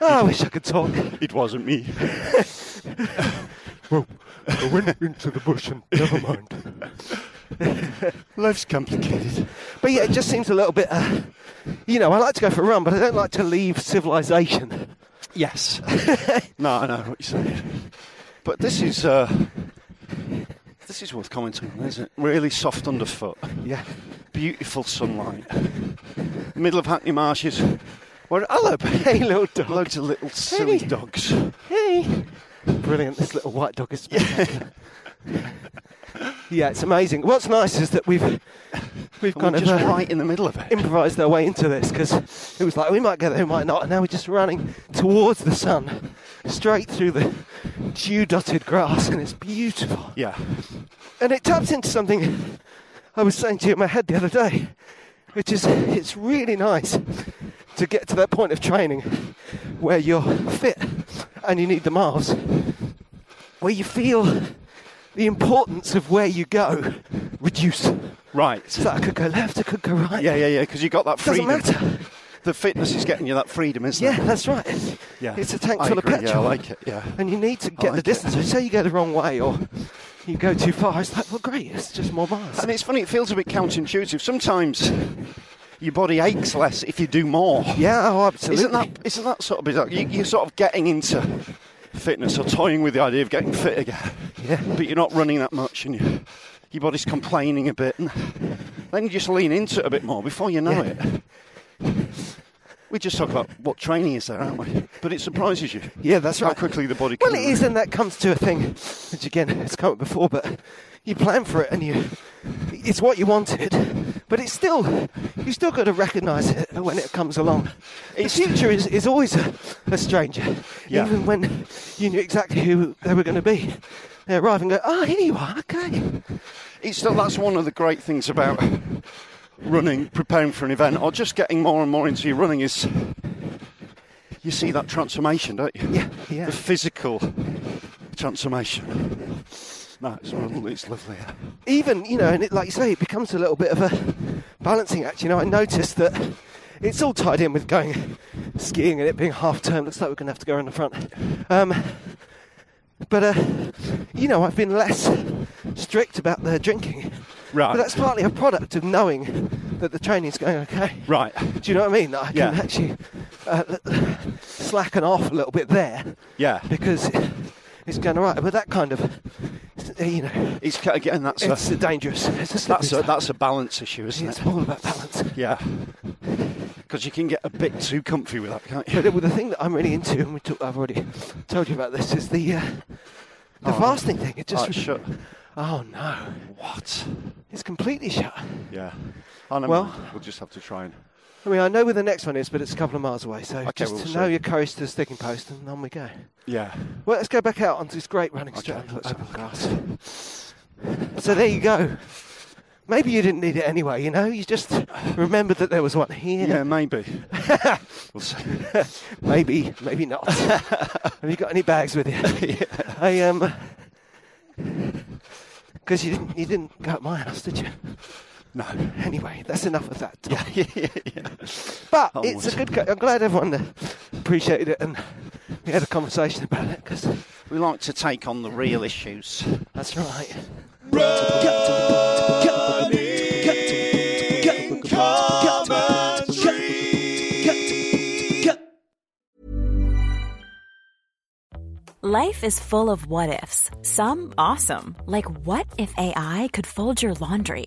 S2: "Oh, I wish I could talk."
S1: it wasn't me.
S2: Well, I went into the bush and never mind.
S1: Life's complicated.
S2: But yeah, it just seems a little bit. Uh, you know, I like to go for a run, but I don't like to leave civilization.
S1: Yes. no, I know what you're saying. But this is uh, this is worth commenting on, isn't it? Really soft underfoot.
S2: Yeah.
S1: Beautiful sunlight. Middle of Hackney Marshes. Where hello,
S2: Hey, little dog.
S1: Loads of little silly
S2: Hey.
S1: dogs.
S2: Hey. Brilliant. This little white dog is. Yeah. yeah, it's amazing. What's nice is that we've we've
S1: And
S2: kind
S1: we're
S2: of
S1: just
S2: uh,
S1: right in the middle of it.
S2: improvised our way into this because it was like we might get there, we might not, and now we're just running towards the sun, straight through the dew-dotted grass, and it's beautiful.
S1: yeah.
S2: And it taps into something I was saying to you in my head the other day, which is it's really nice to get to that point of training where you're fit and you need the miles, where you feel the importance of where you go reduce.
S1: Right.
S2: So I could go left, I could go right.
S1: yeah, yeah, yeah, because you got that
S2: Doesn't
S1: freedom.
S2: matter.
S1: The fitness is getting you that freedom, isn't
S2: Yeah,
S1: it?
S2: that's right.
S1: Yeah.
S2: It's a tank
S1: I
S2: full
S1: agree,
S2: of
S1: Yeah,
S2: petrol.
S1: I like it. Yeah.
S2: And you need to
S1: I like
S2: get the
S1: it.
S2: distance. Say you go the wrong way or you go too far. It's like, well, great, it's just more miles.
S1: And it's funny, it feels a bit counterintuitive. Sometimes your body aches less if you do more.
S2: yeah, oh, absolutely.
S1: Isn't that, isn't that sort of bizarre? You, you're sort of getting into fitness or toying with the idea of getting fit again,
S2: Yeah.
S1: but you're not running that much and you, your body's complaining a bit. And then you just lean into it a bit more before you know it. We just talk about what training is there, aren't we? But it surprises you.
S2: Yeah, that's
S1: how
S2: right.
S1: quickly the body
S2: Well,
S1: can.
S2: it is, and that comes to a thing, which again it's come up before, but you plan for it, and you it's what you wanted, but it's still you still got to recognise it when it comes along. The future is, is always a, a stranger,
S1: Yeah.
S2: even when you knew exactly who they were going to be. They arrive and go, oh, here you are, okay.
S1: It's still, that's one of the great things about running, preparing for an event, or just getting more and more into your running is you see that transformation, don't you?
S2: Yeah, yeah.
S1: The physical transformation. No, it's, lo- it's lovely.
S2: even you know, and it, like you say, it becomes a little bit of a balancing act. You know, I noticed that it's all tied in with going skiing and it being half term. Looks like we're going to have to go in the front. Um, but uh, you know, I've been less strict about the drinking.
S1: Right.
S2: But that's partly a product of knowing that the training's going okay.
S1: Right.
S2: Do you know what I mean? That I can
S1: Yeah.
S2: actually uh, l- slacken off a little bit there
S1: Yeah.
S2: because it's going all right. But that kind of, you know,
S1: It's ca- again that's
S2: it's
S1: a,
S2: dangerous. It's a slippery
S1: that's a
S2: slope.
S1: that's a balance issue, isn't
S2: It's
S1: it?
S2: all about balance.
S1: Yeah. Because you can get a bit too comfy with that, can't
S2: But
S1: you?
S2: the, the thing that I'm really into, and we talk, I've already told you about this, is the uh, the
S1: Oh.
S2: fasting thing. It just
S1: Just shut.
S2: Oh no,
S1: What?
S2: it's completely shut.
S1: Yeah. Oh, never
S2: Well-
S1: mind. we'll just have to try and.
S2: I mean, I know where the next one is, but it's a couple of miles away. So just
S1: we'll
S2: to know
S1: see.
S2: your courage to the sticking post, and on we go.
S1: Yeah.
S2: Well, let's go back out onto this great running strip
S1: Okay,
S2: on
S1: let's
S2: open grass. So there you go. Maybe you didn't need it anyway. You know, you just remembered that there was one here.
S1: Yeah, maybe. we'll see.
S2: Maybe, maybe not. Have you got any bags with you? I um, because you didn't, you didn't go at my house, did you?
S1: No.
S2: Anyway, that's enough of that. talk.
S1: yeah,
S2: But
S1: Onward.
S2: it's a good. Co- I'm glad everyone uh, appreciated it and we had a conversation about it because
S1: We like to take on the real issues.
S2: that's right.
S4: Life is full of what ifs. Some awesome, like what if AI could fold your laundry?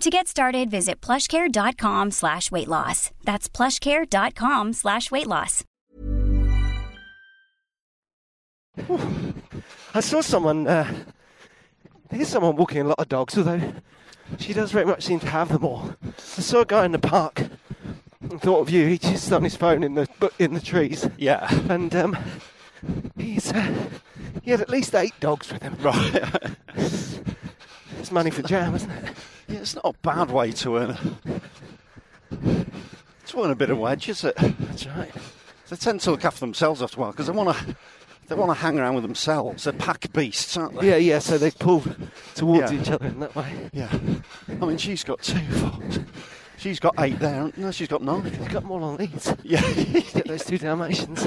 S5: To get started, visit plushcare.com slash weight loss. That's plushcare.com slash weight loss.
S2: I saw someone. Uh, there's someone walking a lot of dogs, although she does very much seem to have them all. I saw a guy in the park. And thought of you. He just on his phone in the bu- in the trees.
S1: Yeah.
S2: And um, he's uh, he had at least eight dogs with him.
S1: Right.
S2: It's money for jam, isn't it?
S1: Yeah, it's not a bad way to earn a, to earn a bit of wedge, is it?
S2: That's right.
S1: They tend to look after themselves after a while because they want to they want to hang around with themselves. They're pack beasts, aren't they?
S2: Yeah, yeah. So they pull towards
S1: Yeah.
S2: each other in that way.
S1: Yeah. I mean, she's got two. foxes. She's got eight there. hasn't- No, she's got nine.
S2: He's got more on these.
S1: Yeah.
S2: Get those two Dalmatians.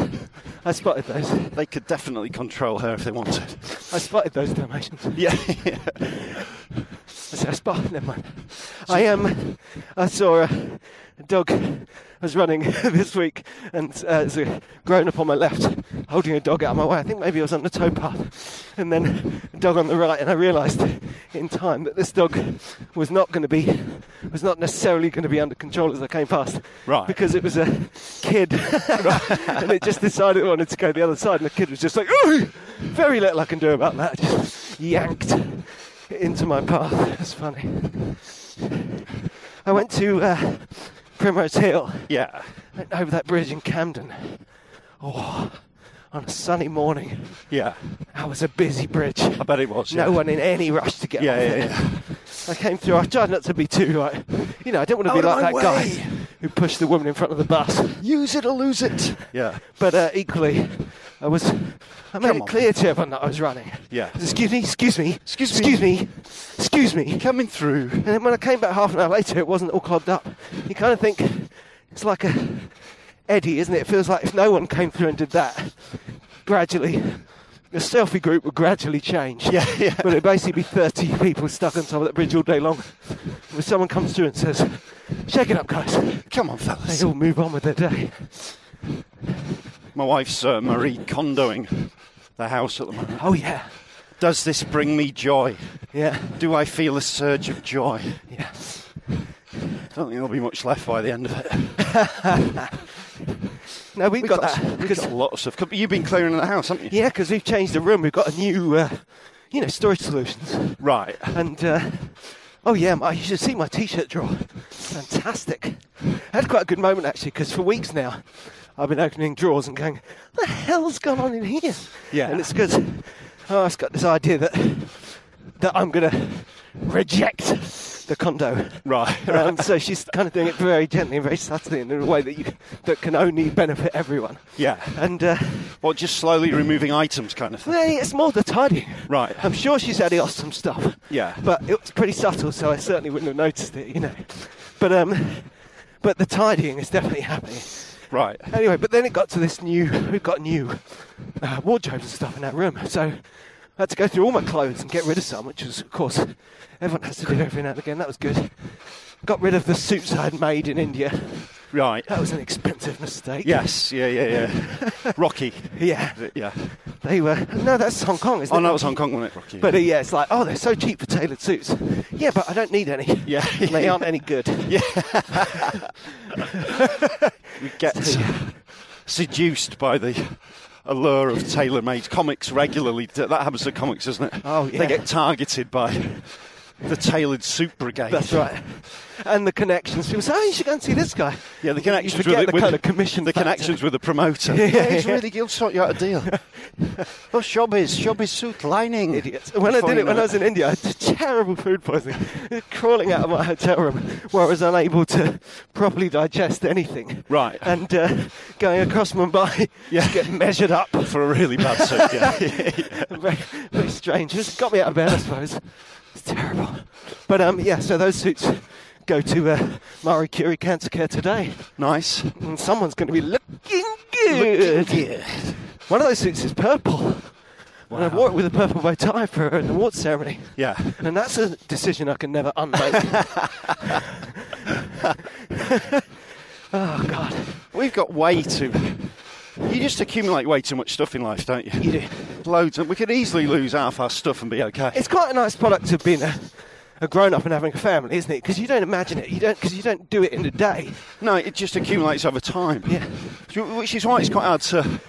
S2: I spotted those.
S1: they could definitely control her if they wanted.
S2: I spotted those Dalmatians.
S1: Yeah.
S2: I said, I spotted them. man." I am. Um, I saw a dog was running this week, and uh, it's a grown up on my left, holding a dog out of my way. I think maybe it was on the towpath, and then a dog on the right. And I realised in time that this dog was not going to be, was not necessarily going to be under control as I came past,
S1: Right.
S2: Because it was a kid, and it just decided it wanted to go the other side, and the kid was just like, "Ooh!" very little I can do about that. Just yanked into my path. That's funny. I went to uh, Primrose Hill,
S1: yeah.
S2: went over that bridge in Camden. Oh, on a sunny morning.
S1: Yeah.
S2: That was a busy bridge.
S1: I bet it was.
S2: No
S1: yeah.
S2: one in any rush to get
S1: Yeah,
S2: off
S1: yeah,
S2: it.
S1: yeah.
S2: I came through. I tried not to be too like, you know, I don't want to be
S1: Out of
S2: like that
S1: my
S2: guy
S1: way.
S2: who pushed the woman in front of the bus.
S1: Use it or lose it. Yeah.
S2: But uh, equally, I was. I made
S1: Come
S2: it
S1: on.
S2: clear to everyone that I was running.
S1: Yeah.
S2: I said, Excuse me. Excuse me.
S1: Excuse me.
S2: Excuse me. Excuse me.
S1: Coming through.
S2: And then when I came back half an hour later, it wasn't all clogged up. You kind of think it's like a eddy, isn't it? It feels like if no one came through and did that, gradually the selfie group would gradually change.
S1: Yeah, yeah.
S2: But it'd basically be 30 people stuck on top of that bridge all day long. When someone comes through and says, "Shake it up, guys,"
S1: Come on,
S2: they
S1: fellas.
S2: all move on with their day.
S1: My wife's uh, Marie condoing the house at the moment.
S2: Oh yeah,
S1: Does this bring me joy?
S2: yeah,
S1: Do I feel a surge of joy? I
S2: yeah.
S1: don't think there'll be much left by the end of it.
S2: No, we've, got, that
S1: We've got a lot of stuff. Could be- You've been clearing the house, haven't you?
S2: yeah, because we've changed the room. We've got a new, uh, you know, storage solutions.
S1: Right.
S2: And uh, oh yeah, my, you should see my t-shirt drawer. Fantastic. I had quite a good moment actually because for weeks now I've been opening drawers and going, "What the hell's gone on in here?"
S1: Yeah.
S2: And it's because oh, I've got this idea that that I'm gonna reject the condo.
S1: Right.
S2: Um, so she's kind of doing it very gently and very subtly and in a way that you that can only benefit everyone.
S1: Yeah.
S2: And uh,
S1: Or just slowly removing items, kind of thing.
S2: well, it's more the tidying.
S1: Right.
S2: I'm sure she's had awesome stuff.
S1: Yeah.
S2: But it was pretty subtle, so I certainly wouldn't have noticed it, you know. But um, but the tidying is definitely happening.
S1: Right.
S2: Anyway, but then it got to this new. We've got new uh, wardrobes and stuff in our room, so I had to go through all my clothes and get rid of some, which was, of course, everyone has to do every now and again. That was good. Got rid of the suits I had made in India.
S1: Right.
S2: uh, That was an expensive mistake.
S1: Yes. Yeah, yeah, yeah. Rocky.
S2: Yeah.
S1: Yeah.
S2: They were no, that's Hong Kong, isn't
S1: Oh,
S2: it?
S1: no, it was Hong Kong, wasn't it, Rocky?
S2: But uh, yeah, it's like oh, they're so cheap for tailored suits. Yeah, but I don't need any.
S1: Yeah.
S2: they aren't any good. Yeah,
S1: We get seduced by the allure of tailor-made comics regularly. That happens to comics, doesn't it?
S2: Oh, yeah.
S1: They get targeted by the tailored suit brigade.
S2: that's right. And the connections. People say, oh, you should go and see this guy.
S1: Yeah, the
S2: You
S1: connections
S2: forget
S1: with
S2: the
S1: with
S2: kind of commission
S1: The
S2: factor.
S1: connections with the promoter.
S2: Yeah, yeah, yeah.
S1: he'll sort you out a deal. oh, showbiz, showbiz suit lining.
S2: Idiots. When I did it when I was in India, I had terrible food poisoning. Crawling out of my hotel room where I was unable to properly digest anything.
S1: Right.
S2: And uh, going across Mumbai
S1: Yeah.
S2: to get measured up.
S1: for a really bad suit. Yeah.
S2: very, very strange. Just got me out of bed, I suppose. It's terrible. But um, yeah, so those suits go to uh, Marie Curie Cancer Care today.
S1: nice.
S2: And someone's going to be looking good. One of those suits is purple. And I wore it with a purple bow tie for an awards ceremony.
S1: Yeah.
S2: And that's a decision I can never unmake. oh, God.
S1: We've got way too. You just accumulate way too much stuff in life, don't you?
S2: You do.
S1: Loads. And we could easily lose half our stuff and be okay.
S2: It's quite a nice product of being a, a grown up and having a family, isn't it? Because you don't imagine it. You don't, because you don't do it in a day.
S1: no, it just accumulates over time.
S2: Yeah.
S1: Which is why it's quite hard to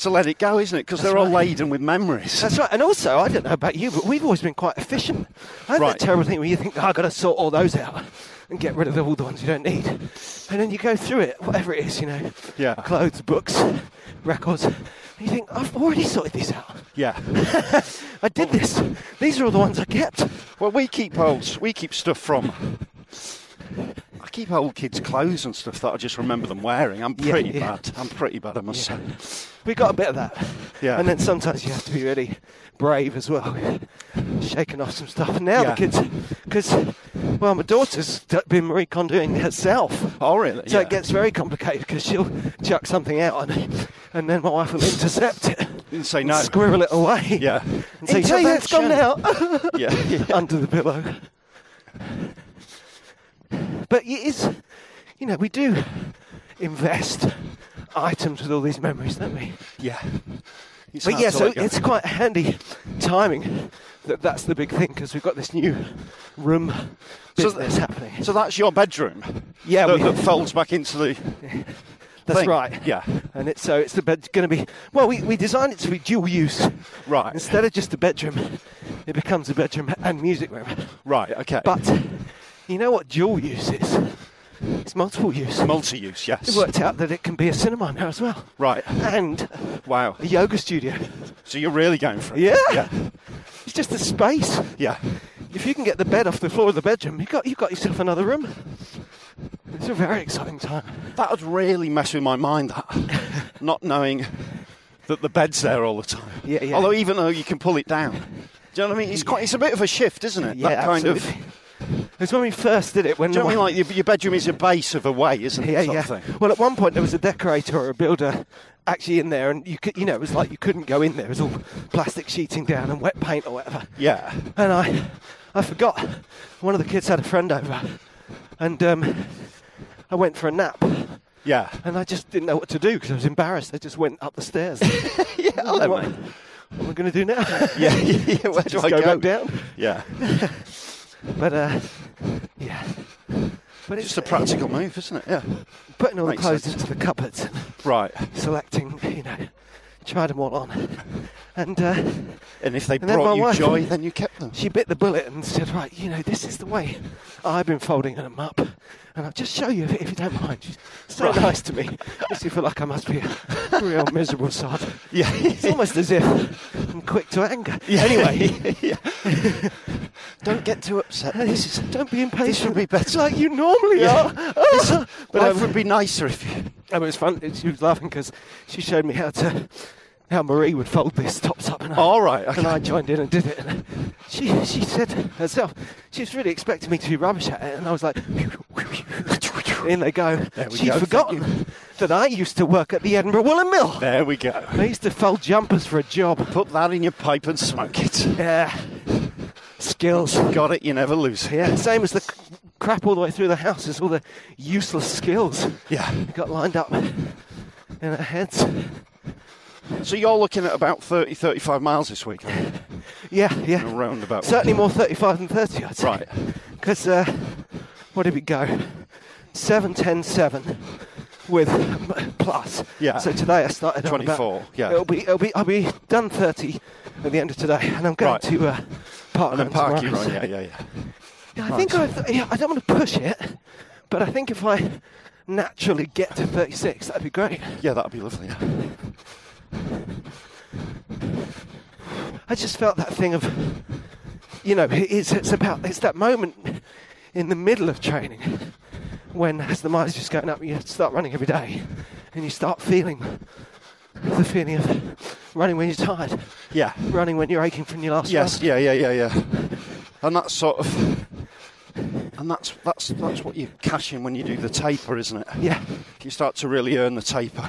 S1: to let it go, isn't it? Because they're all
S2: right.
S1: laden with memories.
S2: That's right. And also, I don't know about you, but we've always been quite efficient. I had
S1: Right.
S2: that terrible thing where you think, oh, I've got to sort all those out and get rid of all the ones you don't need. And then you go through it, whatever it is, you know.
S1: Yeah.
S2: Clothes, books, records. And you think, I've already sorted these out.
S1: yeah.
S2: I did this. These are all the ones I kept.
S1: Well, we keep old. We keep stuff from. I keep old kids' clothes and stuff that I just remember them wearing. I'm
S2: Yeah,
S1: pretty
S2: yeah.
S1: bad. I'm pretty bad, I must say.
S2: We got a bit of that.
S1: Yeah.
S2: And then sometimes you have to be really brave as well, shaking off some stuff. And now
S1: Yeah.
S2: the kids, because, well, my daughter's d- been Marie Kondoing herself.
S1: Oh, really?
S2: So
S1: Yeah.
S2: it gets very complicated because she'll chuck something out and, and then my wife will intercept it.
S1: And say
S2: and
S1: no.
S2: Squirrel it away.
S1: Yeah.
S2: And say, tell you it's gone now.
S1: yeah. yeah.
S2: Under the pillow. But it is, you know, we do invest items with all these memories, don't we?
S1: Yeah. It's
S2: But
S1: hard
S2: yeah,
S1: to
S2: so
S1: let go.
S2: it's quite handy timing that that's the big thing because we've got this new room
S1: So
S2: business
S1: th-
S2: happening.
S1: So that's your bedroom.
S2: Yeah,
S1: that,
S2: we-
S1: that folds back into the.
S2: That's
S1: thing.
S2: right.
S1: Yeah.
S2: And it's so it's the bed going to be well. We, we designed it to be dual use.
S1: Right.
S2: Instead of just a bedroom, it becomes a bedroom and music room.
S1: Right. Okay.
S2: But you know what dual use is? It's multiple use.
S1: multi-use. Yes.
S2: It worked out that it can be a cinema now as well.
S1: Right.
S2: And
S1: Wow.
S2: a yoga studio.
S1: So you're really going for it.
S2: Yeah.
S1: Yeah.
S2: It's just a space.
S1: Yeah.
S2: If you can get the bed off the floor of the bedroom, you got you got yourself another room. It's a very exciting time.
S1: That would really mess with my mind. That not knowing that the bed's there all the time.
S2: Yeah, yeah.
S1: Although even though you can pull it down, do you know what I mean? It's quite. It's a bit of a shift, isn't it? that kind of.
S2: absolutely. It's when we first did it. When
S1: Do you know
S2: the
S1: what I mean?
S2: one-
S1: Like your, your bedroom is a base of a way, isn't it?
S2: Yeah,
S1: sort
S2: yeah.
S1: of thing?
S2: Well, at one point there was a decorator or a builder actually in there, and you could, you know, it was like you couldn't go in there. It was all plastic sheeting down and wet paint or whatever.
S1: Yeah.
S2: And I, I forgot. One of the kids had a friend over, and um, I went for a nap,
S1: Yeah.
S2: and I just didn't know what to do because I was embarrassed. I just went up the stairs. yeah,
S1: hello,
S2: what,
S1: mate.
S2: What am I going to do now?
S1: Yeah. yeah. Where do
S2: just
S1: I
S2: go,
S1: go?
S2: back down.
S1: Yeah.
S2: But uh, yeah. But
S1: It's just a practical move, isn't it? Yeah.
S2: putting all the
S1: makes
S2: clothes
S1: sense.
S2: into the cupboards.
S1: Right.
S2: selecting, you know, tried them all on. And uh,
S1: And if they
S2: And then my
S1: brought you
S2: wife-
S1: joy, then you kept them.
S2: she bit the bullet and said, Right, you know, this is the way I've been folding them up. And I'll just show you if, if you don't mind. She's so
S1: Right.
S2: nice to me. Makes me feel like I must be a real miserable sod.
S1: Yeah.
S2: It's almost as if I'm quick to anger. Anyway,
S1: Don't get too upset.
S2: this is- don't be impatient.
S1: would be better.
S2: Like you normally
S1: Yeah.
S2: are.
S1: But
S2: But,
S1: life
S2: um,
S1: would be nicer if you.
S2: And it was fun. She was laughing because she showed me how to how Marie would fold these tops up. And I,
S1: All right, okay.
S2: And I joined in and did it. And she she said herself she was really expecting me to be rubbish at it, and I was like. In they go.
S1: There we
S2: She'd
S1: go, thank
S2: forgotten that I used to work at the Edinburgh Woolen Mill.
S1: There we go.
S2: I used to fold jumpers for a job.
S1: Put that in your pipe and smoke it.
S2: Yeah. Skills.
S1: Got it, you never lose.
S2: Yeah, same as the c- crap all the way through the house is all the useless skills
S1: Yeah.
S2: got lined up in our heads.
S1: So you're looking at about 30, 35 miles this week.
S2: Yeah, yeah.
S1: A roundabout.
S2: Certainly more 35 than 30, I'd say.
S1: Right.
S2: Because, uh, what did we go? 7 10 7 with m- plus.
S1: Yeah.
S2: So today I started on about-
S1: 24, yeah.
S2: It'll be, it'll be, I'll be done 30 at the end of today, and I'm going
S1: Right.
S2: to uh,
S1: And
S2: partner
S1: then park you
S2: tomorrow,
S1: run,
S2: so-
S1: yeah, yeah, yeah.
S2: Yeah, I
S1: Right.
S2: think I've, yeah, I don't want to push it, but I think if I naturally get to 36, that'd be great.
S1: Yeah, that'd be lovely. Yeah.
S2: I just felt that thing of, you know, it is, it's about, it's that moment in the middle of training when, as the mileage is going up, you start running every day and you start feeling the feeling of running when you're tired,
S1: Yeah.
S2: running when you're aching from your last
S1: Yes,
S2: run.
S1: yeah, yeah, yeah, yeah. And that's sort of, and that's that's that's what you cash in when you do the taper, isn't it?
S2: Yeah.
S1: You start to really earn the taper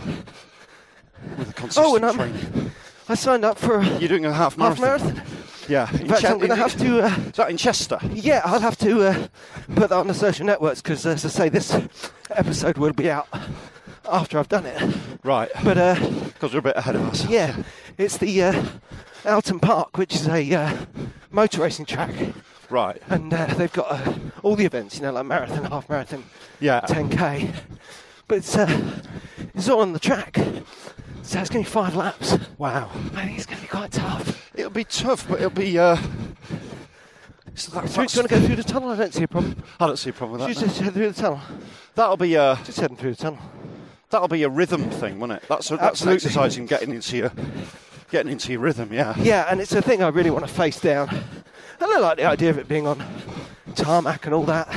S1: with the consistent
S2: Oh, and
S1: training.
S2: I'm, I signed up for a
S1: You're doing a half
S2: half
S1: marathon.
S2: marathon.
S1: Yeah.
S2: In fact, I'm going to have to. Uh,
S1: Is that in Chester?
S2: Yeah, I'll have to uh, put that on the social networks because, as I say, this episode will be out after I've done it.
S1: Right.
S2: But uh,
S1: Because we're a bit ahead of us.
S2: yeah, it's the uh, Alton Park, which is a uh, motor racing track,
S1: Right.
S2: and uh, they've got uh, all the events, you know, like marathon, half marathon,
S1: Yeah.
S2: 10k. But it's uh, it's all on the track, so it's going to be five laps.
S1: Wow.
S2: I think it's going to be quite tough.
S1: It'll be tough, but it'll be. Uh, it's that,
S2: So, do you want to go through the tunnel? I don't see a problem.
S1: I don't see a problem with that.
S2: Just
S1: no.
S2: just head through the tunnel.
S1: That'll be a
S2: Just heading through the tunnel.
S1: that'll be a rhythm thing, won't it? That's a, that's an
S2: Absolutely.
S1: exercise in getting into your getting into your rhythm. Yeah.
S2: Yeah, and it's a thing I really want to face down. And I like the idea of it being on tarmac and all that.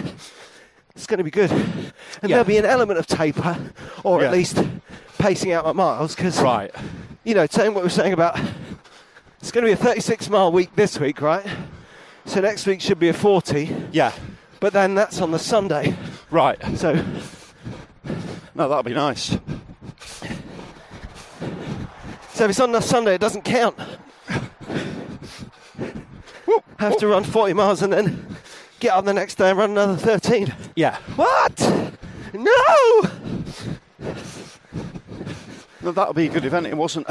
S2: It's going to be good. And
S1: Yeah.
S2: there'll be an element of taper, or at
S1: Yeah.
S2: least pacing out my miles, because,
S1: Right.
S2: you know, saying what we were saying about it's going to be a 36 mile week this week, right? So next week should be a 40,
S1: Yeah.
S2: but then that's on the Sunday.
S1: Right.
S2: So,
S1: No, that'll be nice.
S2: so if it's on the Sunday, it doesn't count. I have to run 40 miles and then get up the next day and run another 13.
S1: Yeah.
S2: What? No!
S1: No, that'll be a good event. It wasn't.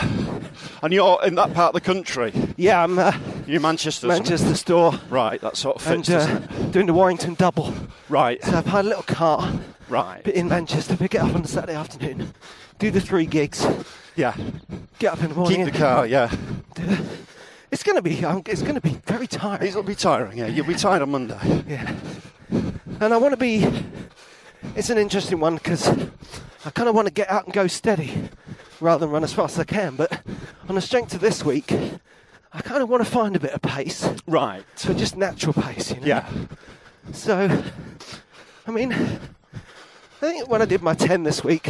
S1: And you're in that part of the country.
S2: Yeah, I'm uh,
S1: You're Manchester. isn't it?
S2: Manchester store
S1: Right. That sort of
S2: and
S1: fits.
S2: uh,
S1: doesn't it?
S2: doing the Warrington double.
S1: Right.
S2: So I've had a little car
S1: Right.
S2: in Manchester, pick it up on the Saturday afternoon, do the three gigs,
S1: Yeah.
S2: get up in the morning.
S1: Keep the car. Yeah.
S2: It's gonna be, um, it's gonna be very tiring.
S1: It'll be tiring. Yeah. You'll be tired on Monday.
S2: Yeah. And I want to be. It's an interesting one because I kind of want to get out and go steady rather than run as fast as I can. But on the strength of this week, I kind of want to find a bit of pace,
S1: Right.
S2: but just natural pace, you know?
S1: Yeah.
S2: So, I mean, I think when I did my 10 this week,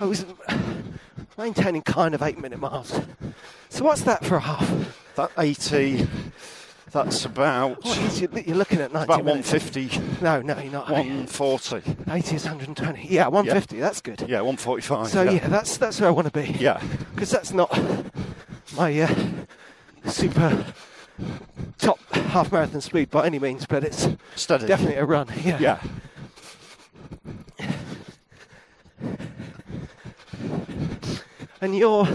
S2: I was maintaining kind of eight minute miles. So, what's that for a half?
S1: That 80. That's about
S2: What is you, you're looking at 90
S1: about
S2: minutes.
S1: 150,
S2: No, no, you're not.
S1: 140.
S2: 80 is 120. Yeah, 150. That's good.
S1: Yeah, 145.
S2: So yeah. that's that's where I want to be.
S1: Yeah.
S2: Because that's not my uh, super top half marathon speed by any means, but it's
S1: Steady.
S2: definitely a run. Yeah.
S1: Yeah.
S2: And you're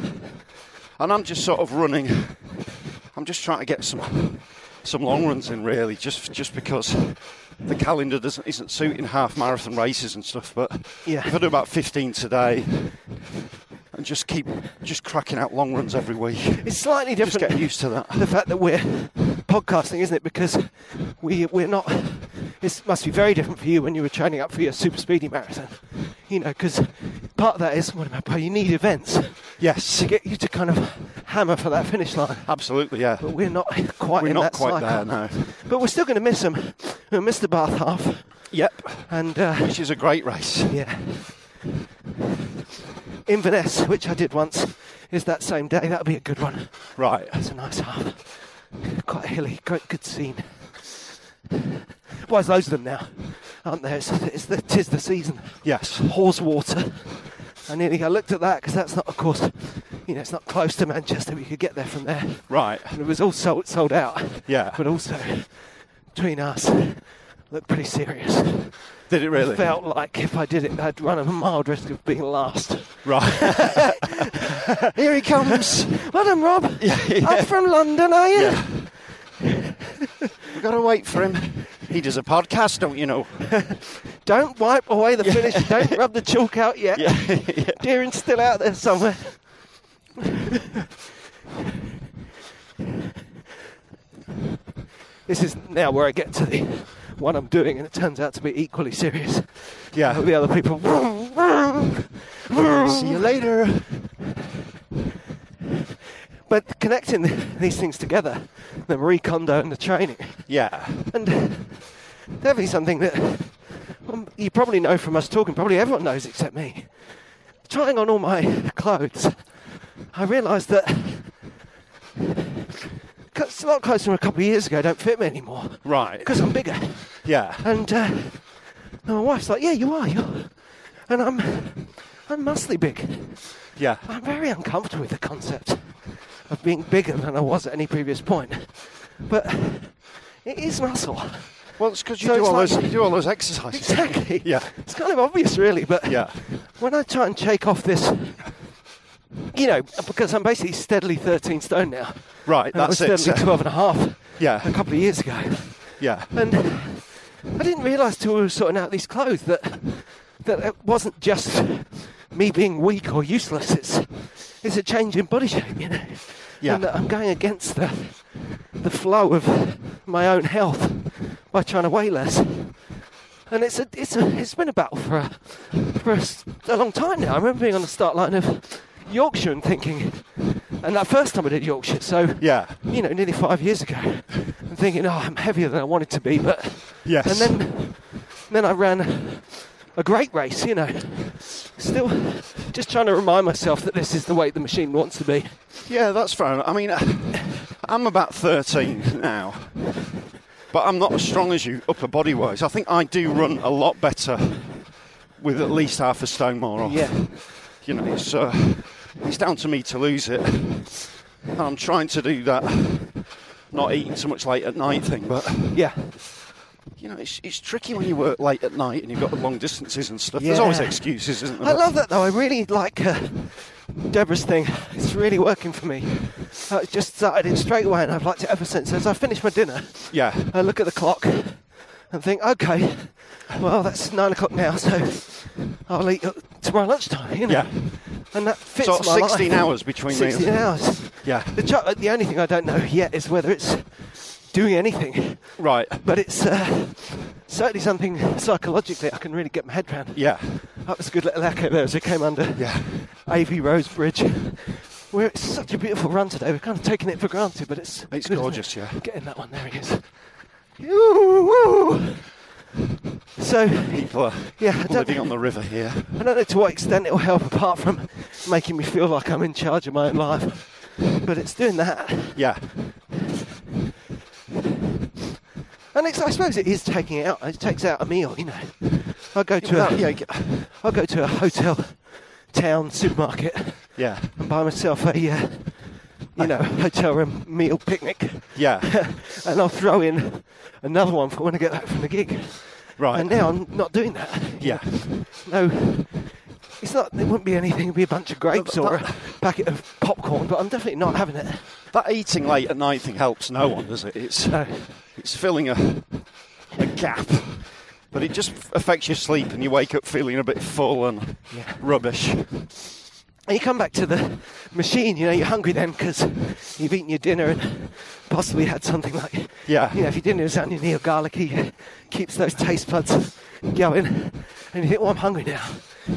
S1: And I'm just sort of running. I'm just trying to get some some long runs in really, just just because the calendar doesn't isn't suiting half marathon races and stuff. But
S2: Yeah.
S1: if I do about 15 today, and just keep just cracking out long runs every week,
S2: it's slightly
S1: just
S2: different.
S1: get used to that.
S2: the fact that we're podcasting, isn't it? Because we we're not. It must be very different for you when you were training up for your super speedy marathon. You know, because part of that is what am I? You need events
S1: Yes,
S2: to get you to kind of hammer for that finish line.
S1: absolutely. Yeah,
S2: But we're not quite
S1: we're
S2: in
S1: not
S2: that
S1: quite
S2: cycle.
S1: there now.
S2: But we're still going to miss them. We'll miss the Bath half.
S1: Yep,
S2: And, uh,
S1: which is a great race.
S2: yeah. Inverness, which I did once, is that same day. That'll be a good one.
S1: Right.
S2: That's a nice half. Quite hilly. Quite good scene. Well, there's loads of them now, aren't there? It's, it's the, tis the season.
S1: Yes.
S2: Horsewater. I nearly I looked at that because that's not, of course, you know, it's not close to Manchester, but you could get there from there.
S1: Right.
S2: And it was all sold, sold out.
S1: Yeah.
S2: But also, between us, looked pretty serious.
S1: Did it really?
S2: I felt like if I did it, I'd run a mild risk of being last.
S1: Right.
S2: Here he comes. well done, Rob. I'm from London, are you?
S1: We've got to wait for him. He does a podcast, don't you know?
S2: Don't wipe away the finish. Don't rub the chalk out yet.
S1: Yeah.
S2: Deering's still out there somewhere. this is now where I get to the one I'm doing, and it turns out to be equally serious.
S1: Yeah.
S2: The other people.
S1: See you later.
S2: But connecting th- these things together, the Marie Kondo and the training,
S1: Yeah.
S2: and definitely something that um, you probably know from us talking, probably everyone knows except me. Trying on all my clothes, I realised that cuts- a lot of clothes from a couple of years ago don't fit me anymore
S1: Right.
S2: because I'm bigger.
S1: Yeah.
S2: And, uh, and my wife's like, "Yeah, you are. You're," and I'm, I'm muscly big.
S1: Yeah.
S2: I'm very uncomfortable with the concept of being bigger than I was at any previous point. But it is muscle.
S1: Well, it's because you
S2: So
S1: do
S2: it's
S1: all
S2: like-
S1: those you do all those exercises.
S2: Exactly.
S1: Yeah.
S2: It's kind of obvious, really, but
S1: Yeah.
S2: when I try and shake off this, you know, because I'm basically steadily 13 stone now.
S1: Right.
S2: and I was
S1: That's it.
S2: steadily
S1: so-
S2: 12 and a half a
S1: yeah.
S2: couple of years ago.
S1: Yeah.
S2: And I didn't realise till we were sorting out these clothes that that it wasn't just me being weak or useless. It's it's a change in body shape, you know.
S1: Yeah.
S2: And that I'm going against the the flow of my own health by trying to weigh less. And it's a it's a it's been a battle for a for a, s- a long time now. I remember being on the start line of Yorkshire and thinking, and that first time I did Yorkshire, so
S1: Yeah.
S2: you know, nearly five years ago, and thinking, oh, I'm heavier than I wanted to be, but
S1: Yes.
S2: and then then I ran a great race, you know, still just trying to remind myself that this is the weight the machine wants to be.
S1: Yeah, that's fair. enough. I mean, uh, I'm about 13 now, but I'm not as strong as you upper body wise. I think I do run a lot better with at least half a stone more off.
S2: Yeah.
S1: You know, it's, uh, it's down to me to lose it. And I'm trying to do that, not eating so much late at night thing, but
S2: Yeah,
S1: you know, it's, it's tricky when you work late at night and you've got long distances and stuff. There's always
S2: Yeah.
S1: excuses, isn't there?
S2: I love that though. I really like uh, Deborah's thing. It's really working for me. I just started it straight away, and I've liked it ever since. As I finish my dinner,
S1: Yeah.
S2: I look at the clock and think, okay, well, that's nine o'clock now, so I'll eat uh, tomorrow lunchtime, you know.
S1: Yeah.
S2: And that fits
S1: So
S2: my
S1: 16
S2: life.
S1: hours between
S2: 16
S1: meals.
S2: hours.
S1: Yeah.
S2: The, ch- the only thing I don't know yet is whether it's doing anything,
S1: Right.
S2: but it's uh, certainly something psychologically I can really get my head around.
S1: Yeah.
S2: That was a good little echo there as we came under
S1: Yeah.
S2: AV Rose Bridge. Where it's such a beautiful run today. We've kind of taken it for granted, but it's
S1: It's
S2: good, isn't
S1: gorgeous,
S2: it?
S1: yeah.
S2: Getting that one there it is. Ooh, woo. So
S1: People are
S2: Yeah, I don't
S1: living
S2: know.
S1: on the river here.
S2: I don't know to what extent it'll help, apart from making me feel like I'm in charge of my own life. But it's doing that,
S1: Yeah.
S2: and it's, I suppose it is taking it out. It takes out a meal, you know. I go to a,
S1: Yeah, yeah.
S2: I go to a hotel, town supermarket,
S1: Yeah.
S2: and buy myself a, uh, you know, hotel room meal picnic,
S1: Yeah.
S2: and I'll throw in another one for when I get back from the gig.
S1: Right.
S2: And now I'm not doing that.
S1: Yeah.
S2: No, it's not. It wouldn't be anything. It'd be a bunch of grapes
S1: No, but
S2: or a packet of popcorn. But I'm definitely not having it.
S1: That eating late at night thing helps no one, does it? It's
S2: No.
S1: it's filling a a gap. But it just affects your sleep and you wake up feeling a bit full and
S2: Yeah.
S1: rubbish.
S2: And you come back to the machine. You know, you're hungry then because you've eaten your dinner and possibly had something like
S1: Yeah.
S2: You know, if your dinner is oniony or garlicky, it keeps those taste buds going. And you think, well, I'm hungry now.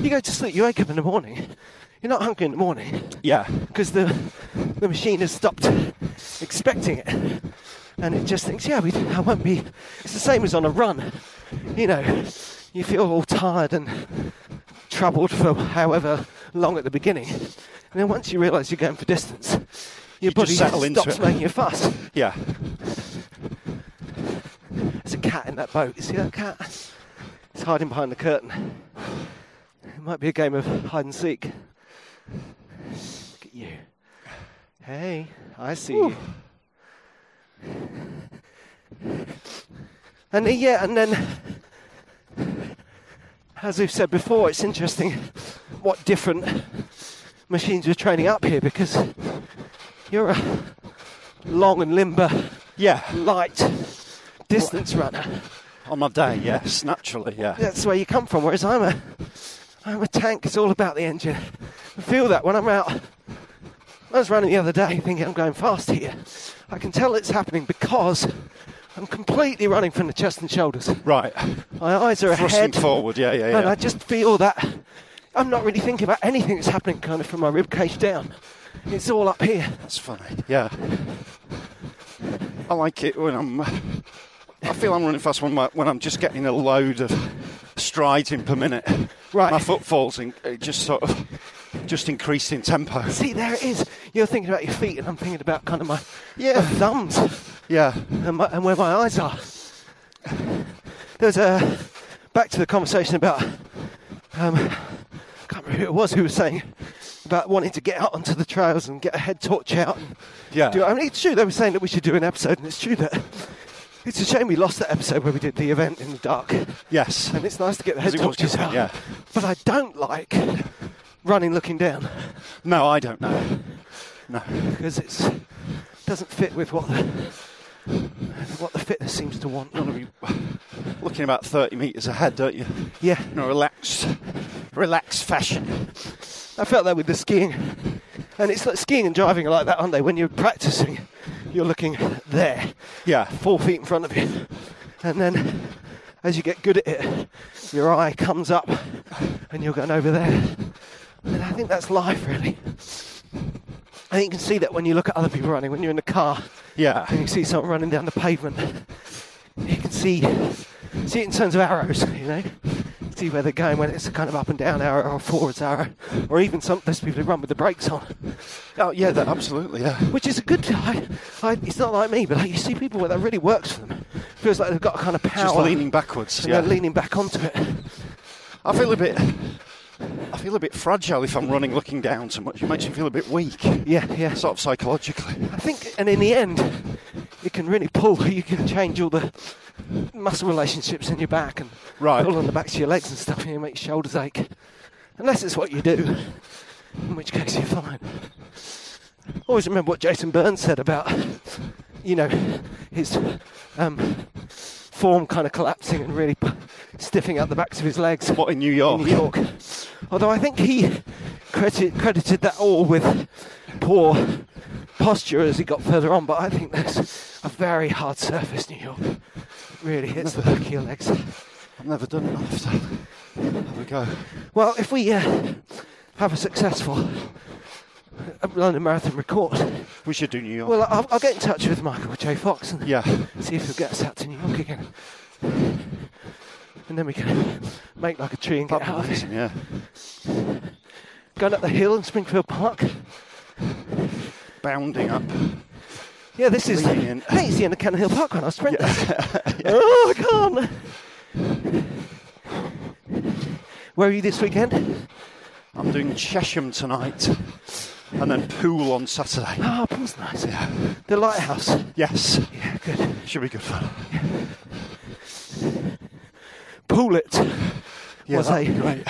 S2: You go to sleep. You wake up in the morning. You're not hungry in the morning.
S1: Yeah.
S2: because the the machine has stopped expecting it, and it just thinks, yeah, we, I won't be. It's the same as on a run, you know. You feel all tired and troubled for however long at the beginning, and then once you realise you're going for distance, your
S1: just
S2: body
S1: settle into
S2: stops
S1: it.
S2: making a fuss.
S1: Yeah.
S2: There's a cat in that boat. You see that cat? It's hiding behind the curtain. It might be a game of hide and seek. Look at you. Hey, I see you. And uh, yeah, and then, as we've said before, it's interesting what different machines we're training up here because you're a long and limber,
S1: yeah,
S2: light distance runner.
S1: On my day, yes, naturally, yeah.
S2: That's where you come from. Whereas I'm a, I'm a tank. It's all about the engine. I feel that when I'm out. I was running the other day, thinking I'm going fast here. I can tell it's happening because I'm completely running from the chest and shoulders.
S1: Right.
S2: My eyes are
S1: Thrusting
S2: ahead.
S1: forward, yeah, yeah, yeah.
S2: And I just feel that I'm not really thinking about anything that's happening, kind of from my rib cage down. It's all up here.
S1: That's funny. Yeah. I like it when I'm. I feel I'm running fast when, my, when I'm just getting a load of strides in per minute.
S2: Right.
S1: My footfalls in, it just sort of just increased in tempo.
S2: See, there it is. You're thinking about your feet, and I'm thinking about kind of my
S1: Yeah.
S2: my thumbs.
S1: Yeah.
S2: and, my, and where my eyes are. There's a back to the conversation about um, I can't remember who it was who was saying about wanting to get out onto the trails and get a head torch out. And
S1: Yeah.
S2: do, I mean, it's true they were saying that we should do an episode, and it's true that it's a shame we lost that episode where we did the event in the dark.
S1: Yes.
S2: And it's nice to get the head
S1: Because it was
S2: torches
S1: different,
S2: out.
S1: yeah.
S2: But I don't like running looking down
S1: No, I don't know. No.
S2: because it's doesn't fit with what the what the fitness seems to want.
S1: You want to be looking about 30 metres ahead, don't you?
S2: Yeah.
S1: In a relaxed, relaxed fashion.
S2: I felt that with the skiing. And it's like skiing and driving are like that, aren't they? When you're practicing, you're looking there,
S1: Yeah.
S2: four feet in front of you. And then as you get good at it, your eye comes up and you're going over there. And I think that's life, really. I think you can see that when you look at other people running, when you're in the car
S1: Yeah.
S2: and you see someone running down the pavement, you can see see it in terms of arrows, you know. See where they're going when it's a kind of up and down arrow or a forwards arrow, or even some there's people who run with the brakes on,
S1: Oh, yeah, that, absolutely, yeah.
S2: which is a good. I, I, it's not like me, but like you see people where that really works for them. Feels like they've got a kind of power.
S1: Just leaning backwards.
S2: and
S1: Yeah.
S2: they're uh, leaning back onto it.
S1: I feel a bit. I feel a bit fragile if I'm running looking down too much. It makes me feel a bit weak.
S2: Yeah, yeah.
S1: Sort of psychologically.
S2: I think, and in the end, you can really pull. You can change all the muscle relationships in your back and
S1: Right.
S2: pull on the backs of your legs and stuff, and you make your shoulders ache. Unless it's what you do, in which case you're fine. Always remember what Jason Burns said about, you know, his um, form kind of collapsing and really p- stiffing out the backs of his legs
S1: What in New York?
S2: in New York. Although I think he credited, credited that all with poor posture as he got further on, but I think that's a very hard surface, New York. Really hits the back of your legs.
S1: I've never done it. I'll have to have a go.
S2: Well, if we uh, have a successful uh, London Marathon record,
S1: We should do New York.
S2: well, I'll, I'll get in touch with Michael J. Fox and
S1: yeah.
S2: see if he'll get us out to New York again. And then we can make like a tree and get out of it.
S1: Yeah.
S2: Going up the hill in Springfield Park.
S1: Bounding up.
S2: Yeah, this is.
S1: Leaning in.
S2: I think it's the end of Cannon Hill Park when I sprint. Oh, I can't. Where are you this weekend?
S1: I'm doing Chesham tonight, and then Pool on Saturday.
S2: Ah, oh, nice. The lighthouse.
S1: Yes.
S2: Yeah, good.
S1: Should be good fun.
S2: Pool it.
S1: Yeah,
S2: was a
S1: that'd be great.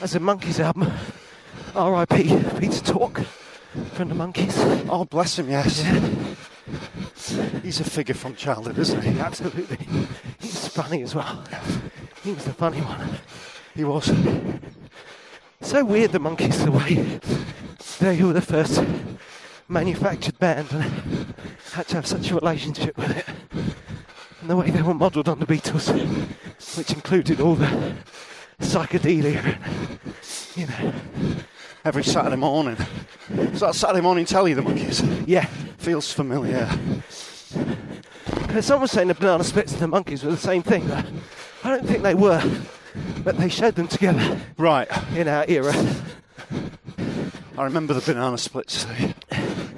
S2: as a monkeys album. R.I.P. Peter Talk from the Monkeys.
S1: Oh, bless him, yes. He's a figure from childhood, isn't he?
S2: Absolutely. He was funny as well. He was the funny one.
S1: He was.
S2: So weird the monkeys the way they were the first manufactured band and had to have such a relationship with it. And the way they were modelled on the Beatles, which included all the psychedelia and you know
S1: Every Saturday morning. It's that Saturday morning telly, the monkeys.
S2: yeah.
S1: Feels familiar.
S2: Because someone was saying the banana splits and the monkeys were the same thing, but I don't think they were. But they showed them together
S1: Right.
S2: in our era.
S1: I remember the banana splits. They-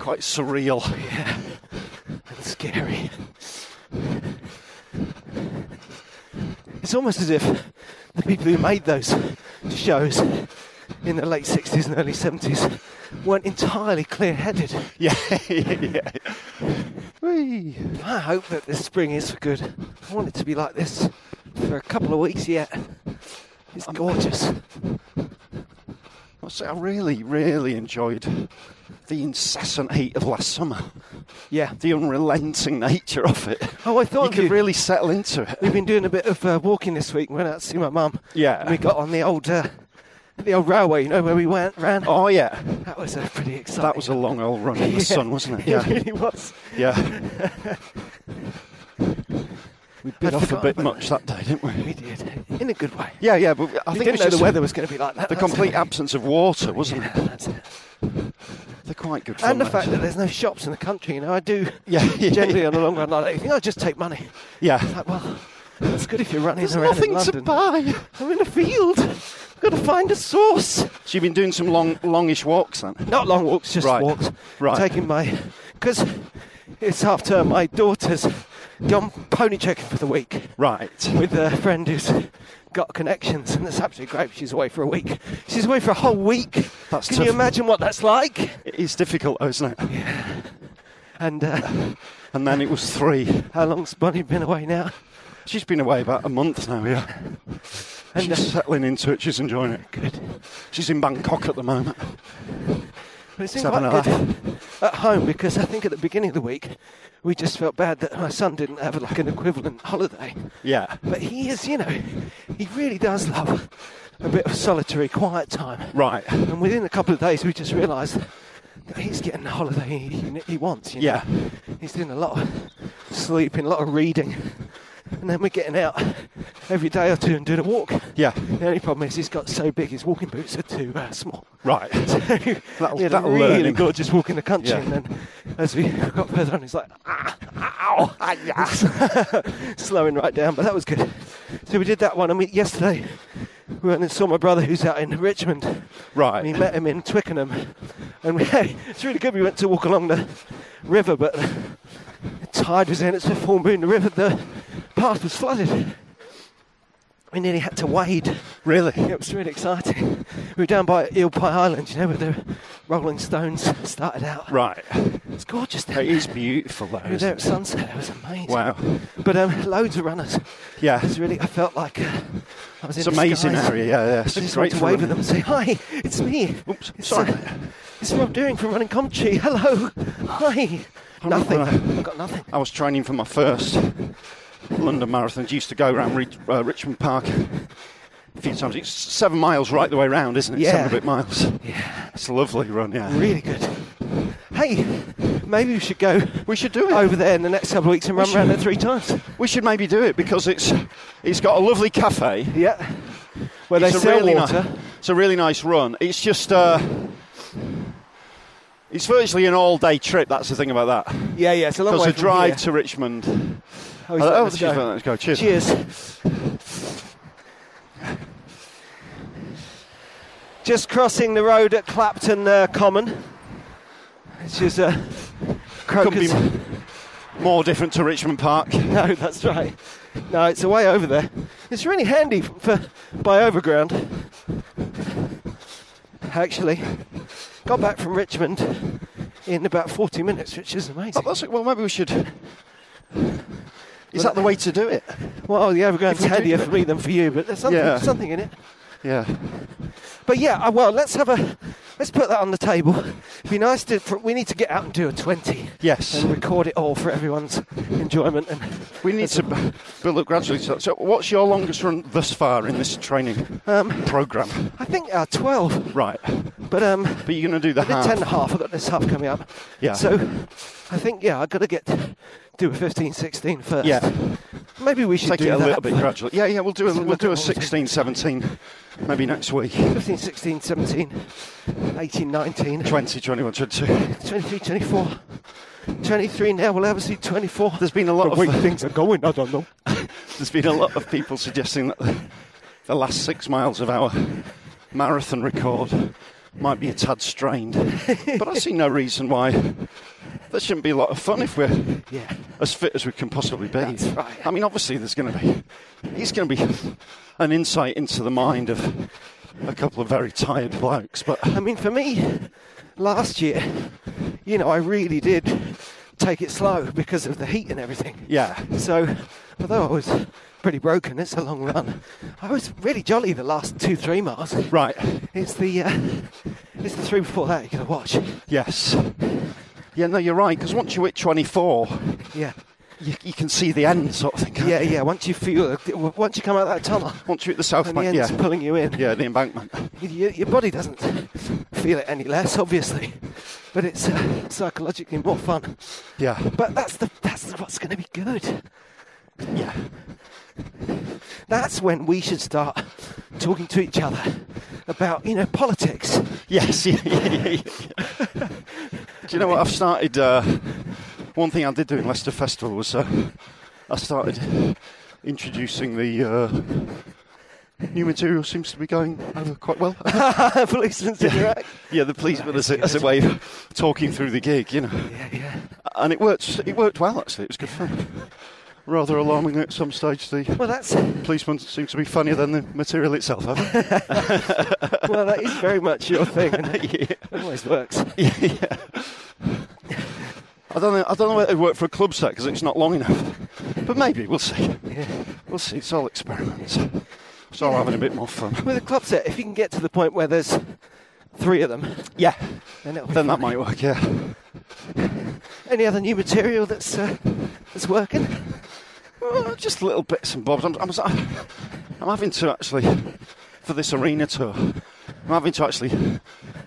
S1: Quite surreal.
S2: and scary. It's almost as if the people who made those shows in the late 60s and early 70s weren't entirely clear headed.
S1: Yeah. yeah.
S2: Whee! I hope that this spring is for good. I want it to be like this for a couple of weeks yet. It's gorgeous.
S1: I must say, I really, really enjoyed the incessant heat of last summer.
S2: Yeah.
S1: The unrelenting nature of it.
S2: Oh, I thought
S1: you could
S2: you-
S1: really settle into it.
S2: We've been doing a bit of uh, walking this week. We went out to see my mum.
S1: Yeah.
S2: And we got on the old uh, the old railway, you know, where we went ran.
S1: Oh, yeah.
S2: That was uh, pretty exciting.
S1: That was a long old run in the
S2: Yeah.
S1: sun, wasn't it?
S2: It really was.
S1: Yeah. we bit
S2: I'd
S1: off a
S2: forgotten
S1: bit
S2: about
S1: much that day, didn't we?
S2: We did in a good way.
S1: Yeah, yeah, but I
S2: We
S1: think
S2: didn't
S1: it's
S2: know the
S1: just
S2: weather was going to be like that.
S1: The
S2: That's
S1: complete
S2: it.
S1: absence of water, wasn't
S2: Yeah,
S1: it?
S2: that's it.
S1: They're quite good. fun,
S2: And the
S1: those.
S2: fact that there's no shops in the country, you know, I do
S1: uh, Yeah.
S2: generally on a long run like that. You think I'll just take money.
S1: yeah,
S2: Like, well, that's good if you're running
S1: there's
S2: around in
S1: nothing to
S2: London.
S1: buy.
S2: I'm in a field. I've got to find a source.
S1: So you've been doing some long, longish walks then?
S2: Not long walks, just
S1: Right,
S2: walks.
S1: right.
S2: Taking my, because it's half term. My daughter's gone pony checking for the week
S1: Right.
S2: with a friend who's got connections, and that's absolutely great. She's away for a week. She's away for a whole week.
S1: That's
S2: Can
S1: tough.
S2: you imagine what that's like?
S1: It's difficult, though, isn't it?
S2: And uh,
S1: And then it was three.
S2: how long's Bonnie been away now?
S1: She's been away about a month now, yeah.
S2: And,
S1: she's
S2: uh,
S1: settling into it. She's enjoying it. Good. She's in Bangkok at the moment.
S2: But it's been
S1: Seven
S2: quite
S1: and a
S2: good at home because I think at the beginning of the week we just felt bad that my son didn't have like an equivalent holiday.
S1: Yeah.
S2: But he is, you know, he really does love a bit of solitary, quiet time.
S1: Right.
S2: And within a couple of days, we just realised that he's getting the holiday he, he wants. You know?
S1: Yeah.
S2: He's doing a lot of sleeping, a lot of reading. And then we're getting out every day or two and doing a walk.
S1: Yeah.
S2: The only problem is he's got so big, his walking boots are too uh, small.
S1: Right.
S2: So
S1: That'll-
S2: he had
S1: that'll
S2: a
S1: learn
S2: really
S1: him.
S2: gorgeous walk in the country,
S1: Yeah.
S2: and then as we got further on, he's like, ah, ow, ah, yeah." slowing right down. But that was good. So we did that one, and we, yesterday we went and saw my brother who's out in Richmond.
S1: Right.
S2: And we met him in Twickenham, and we, it's really good. We went to walk along the river, but the tide was in. It's a full moon. The river, the path was flooded. We nearly had to wade.
S1: Really?
S2: It was really exciting. We were down by Eel Pie Island, you know, where the Rolling Stones started out.
S1: Right.
S2: It's gorgeous down
S1: It
S2: there.
S1: is beautiful, though.
S2: We were there
S1: Isn't
S2: at
S1: it?
S2: sunset. It was amazing.
S1: Wow.
S2: But um, loads of runners.
S1: Yeah.
S2: It's really. I felt like uh, I was
S1: It's
S2: in the
S1: amazing
S2: skies.
S1: area, yeah, yeah. It's
S2: I just
S1: great
S2: wanted to
S1: for
S2: wave at them
S1: running.
S2: and say hi. It's me.
S1: Oops,
S2: It's, uh,
S1: sorry.
S2: it's Rob Doing from Running Commentary. Hello. Hi.
S1: I'm not
S2: nothing.
S1: gonna-
S2: I've got nothing.
S1: I was training for my first London marathon. Used to go around Re- uh, Richmond Park a few times. It's seven miles right the way round, isn't it?
S2: Yeah.
S1: Seven a bit miles. Yeah. It's a lovely run, yeah.
S2: Really good. Hey, maybe we should go.
S1: We should do it.
S2: over there in the next couple of weeks and
S1: We
S2: run around
S1: should.
S2: there three times.
S1: We should maybe do it because it's it's got a lovely cafe.
S2: Yeah. Where they
S1: it's a
S2: sell
S1: really ni-
S2: water.
S1: it's a really nice run. It's just uh, it's virtually an all-day trip. That's the thing about that.
S2: Yeah, yeah, it's a long
S1: Because
S2: way
S1: the
S2: from
S1: drive
S2: here.
S1: to Richmond.
S2: Oh, he's
S1: Oh,
S2: letting
S1: oh,
S2: us
S1: she's
S2: go.
S1: letting us go. Cheers.
S2: Cheers. Just crossing the road at Clapton uh, Common, which is a
S1: Couldn't be
S2: crocus.
S1: m- more different to Richmond Park.
S2: No, that's right. No, it's away over there. It's really handy f- for by overground. Actually, got back from Richmond in about 40 minutes, which is
S1: Oh,
S2: amazing.
S1: that's it. Well, maybe we should. Is that the way to do it?
S2: Well, the overground's
S1: oh. If we do
S2: handier
S1: do
S2: for me than for you, but there's something,
S1: Yeah.
S2: something in it.
S1: Yeah.
S2: But yeah, uh, well, let's have a let's put that on the table. It'd be nice to. For, we need to get out and do a twenty
S1: Yes.
S2: and record it all for everyone's enjoyment. And
S1: We need to b- build up gradually. So, so what's your longest run thus far in this training
S2: um,
S1: program?
S2: I think uh, twelve,
S1: Right.
S2: but um,
S1: But you're going to do the
S2: I did
S1: half.
S2: ten and a half. I've got this half coming up.
S1: Yeah.
S2: So I think yeah, I've got to get do a 15, 16 first.
S1: Yeah.
S2: Maybe we should
S1: Take
S2: do
S1: it a
S2: that
S1: little bit gradually. Yeah, yeah. We'll do a,
S2: Let's
S1: we'll
S2: look at
S1: do a
S2: what we did.
S1: 16, 17, maybe next week.
S2: 15, 16, 17, 18, 19,
S1: 20, 21, 22.
S2: 23, 24. 23 now, we'll obviously 24.
S1: There's been a lot of
S2: things are going, I don't know.
S1: There's been a lot of people suggesting that the- the last six miles of our marathon record might be a tad strained. But I see no reason why there shouldn't be a lot of fun if we're
S2: Yeah.
S1: as fit as we can possibly be.
S2: That's right.
S1: I mean, obviously, there's going to be it's going to be an insight into the mind of a couple of very tired blokes. But um,
S2: I mean, for me, last year, you know, I really did take it slow because of the heat and everything.
S1: Yeah.
S2: So, although I was pretty broken, it's a long run. I was really jolly the last two, three miles.
S1: Right.
S2: It's the uh, it's the three before that you gotta watch.
S1: Yes. Yeah, no, you're right, because once you hit 24,
S2: Yeah.
S1: you, you can see the end sort of thing. can't
S2: Yeah,
S1: you?
S2: yeah. Once you feel, once you come out that tunnel,
S1: Once you hit the south
S2: and the
S1: bank,
S2: end's
S1: yeah.
S2: pulling you in.
S1: Yeah, the embankment.
S2: Y- Your, your body doesn't feel it any less, obviously, but it's uh, psychologically more fun.
S1: Yeah.
S2: But that's the that's what's going to be good.
S1: yeah.
S2: That's when we should start talking to each other about you know politics.
S1: Yes. yeah, yeah, yeah. do you know what? I've started. Uh, one thing I did do in Leicester Festival was uh, I started introducing the. Uh, New material seems to be going over quite well.
S2: Policeman's in your act.
S1: yeah, the policeman as a, as a way of talking through the gig, you know.
S2: Yeah, yeah.
S1: And it worked. It worked well actually. It was good fun. Rather alarming at some stage. The
S2: Well, that's
S1: policeman seems to be funnier than the material itself. I think.
S2: well, that is very much your thing. And it always works.
S1: yeah. I don't know. I don't know whether it worked for a club set because it's not long enough. But maybe we'll see. We'll see. It's all experiments. It's all having a bit more fun.
S2: With a club set, if you can get to the point where there's three of them,
S1: Yeah.
S2: then, it'll be
S1: Then that
S2: fun.
S1: might work. Yeah.
S2: Any other new material that's uh, that's working?
S1: Well, Uh, just little bits and bobs. I'm, I'm, I'm having to actually, for this arena tour, I'm having to actually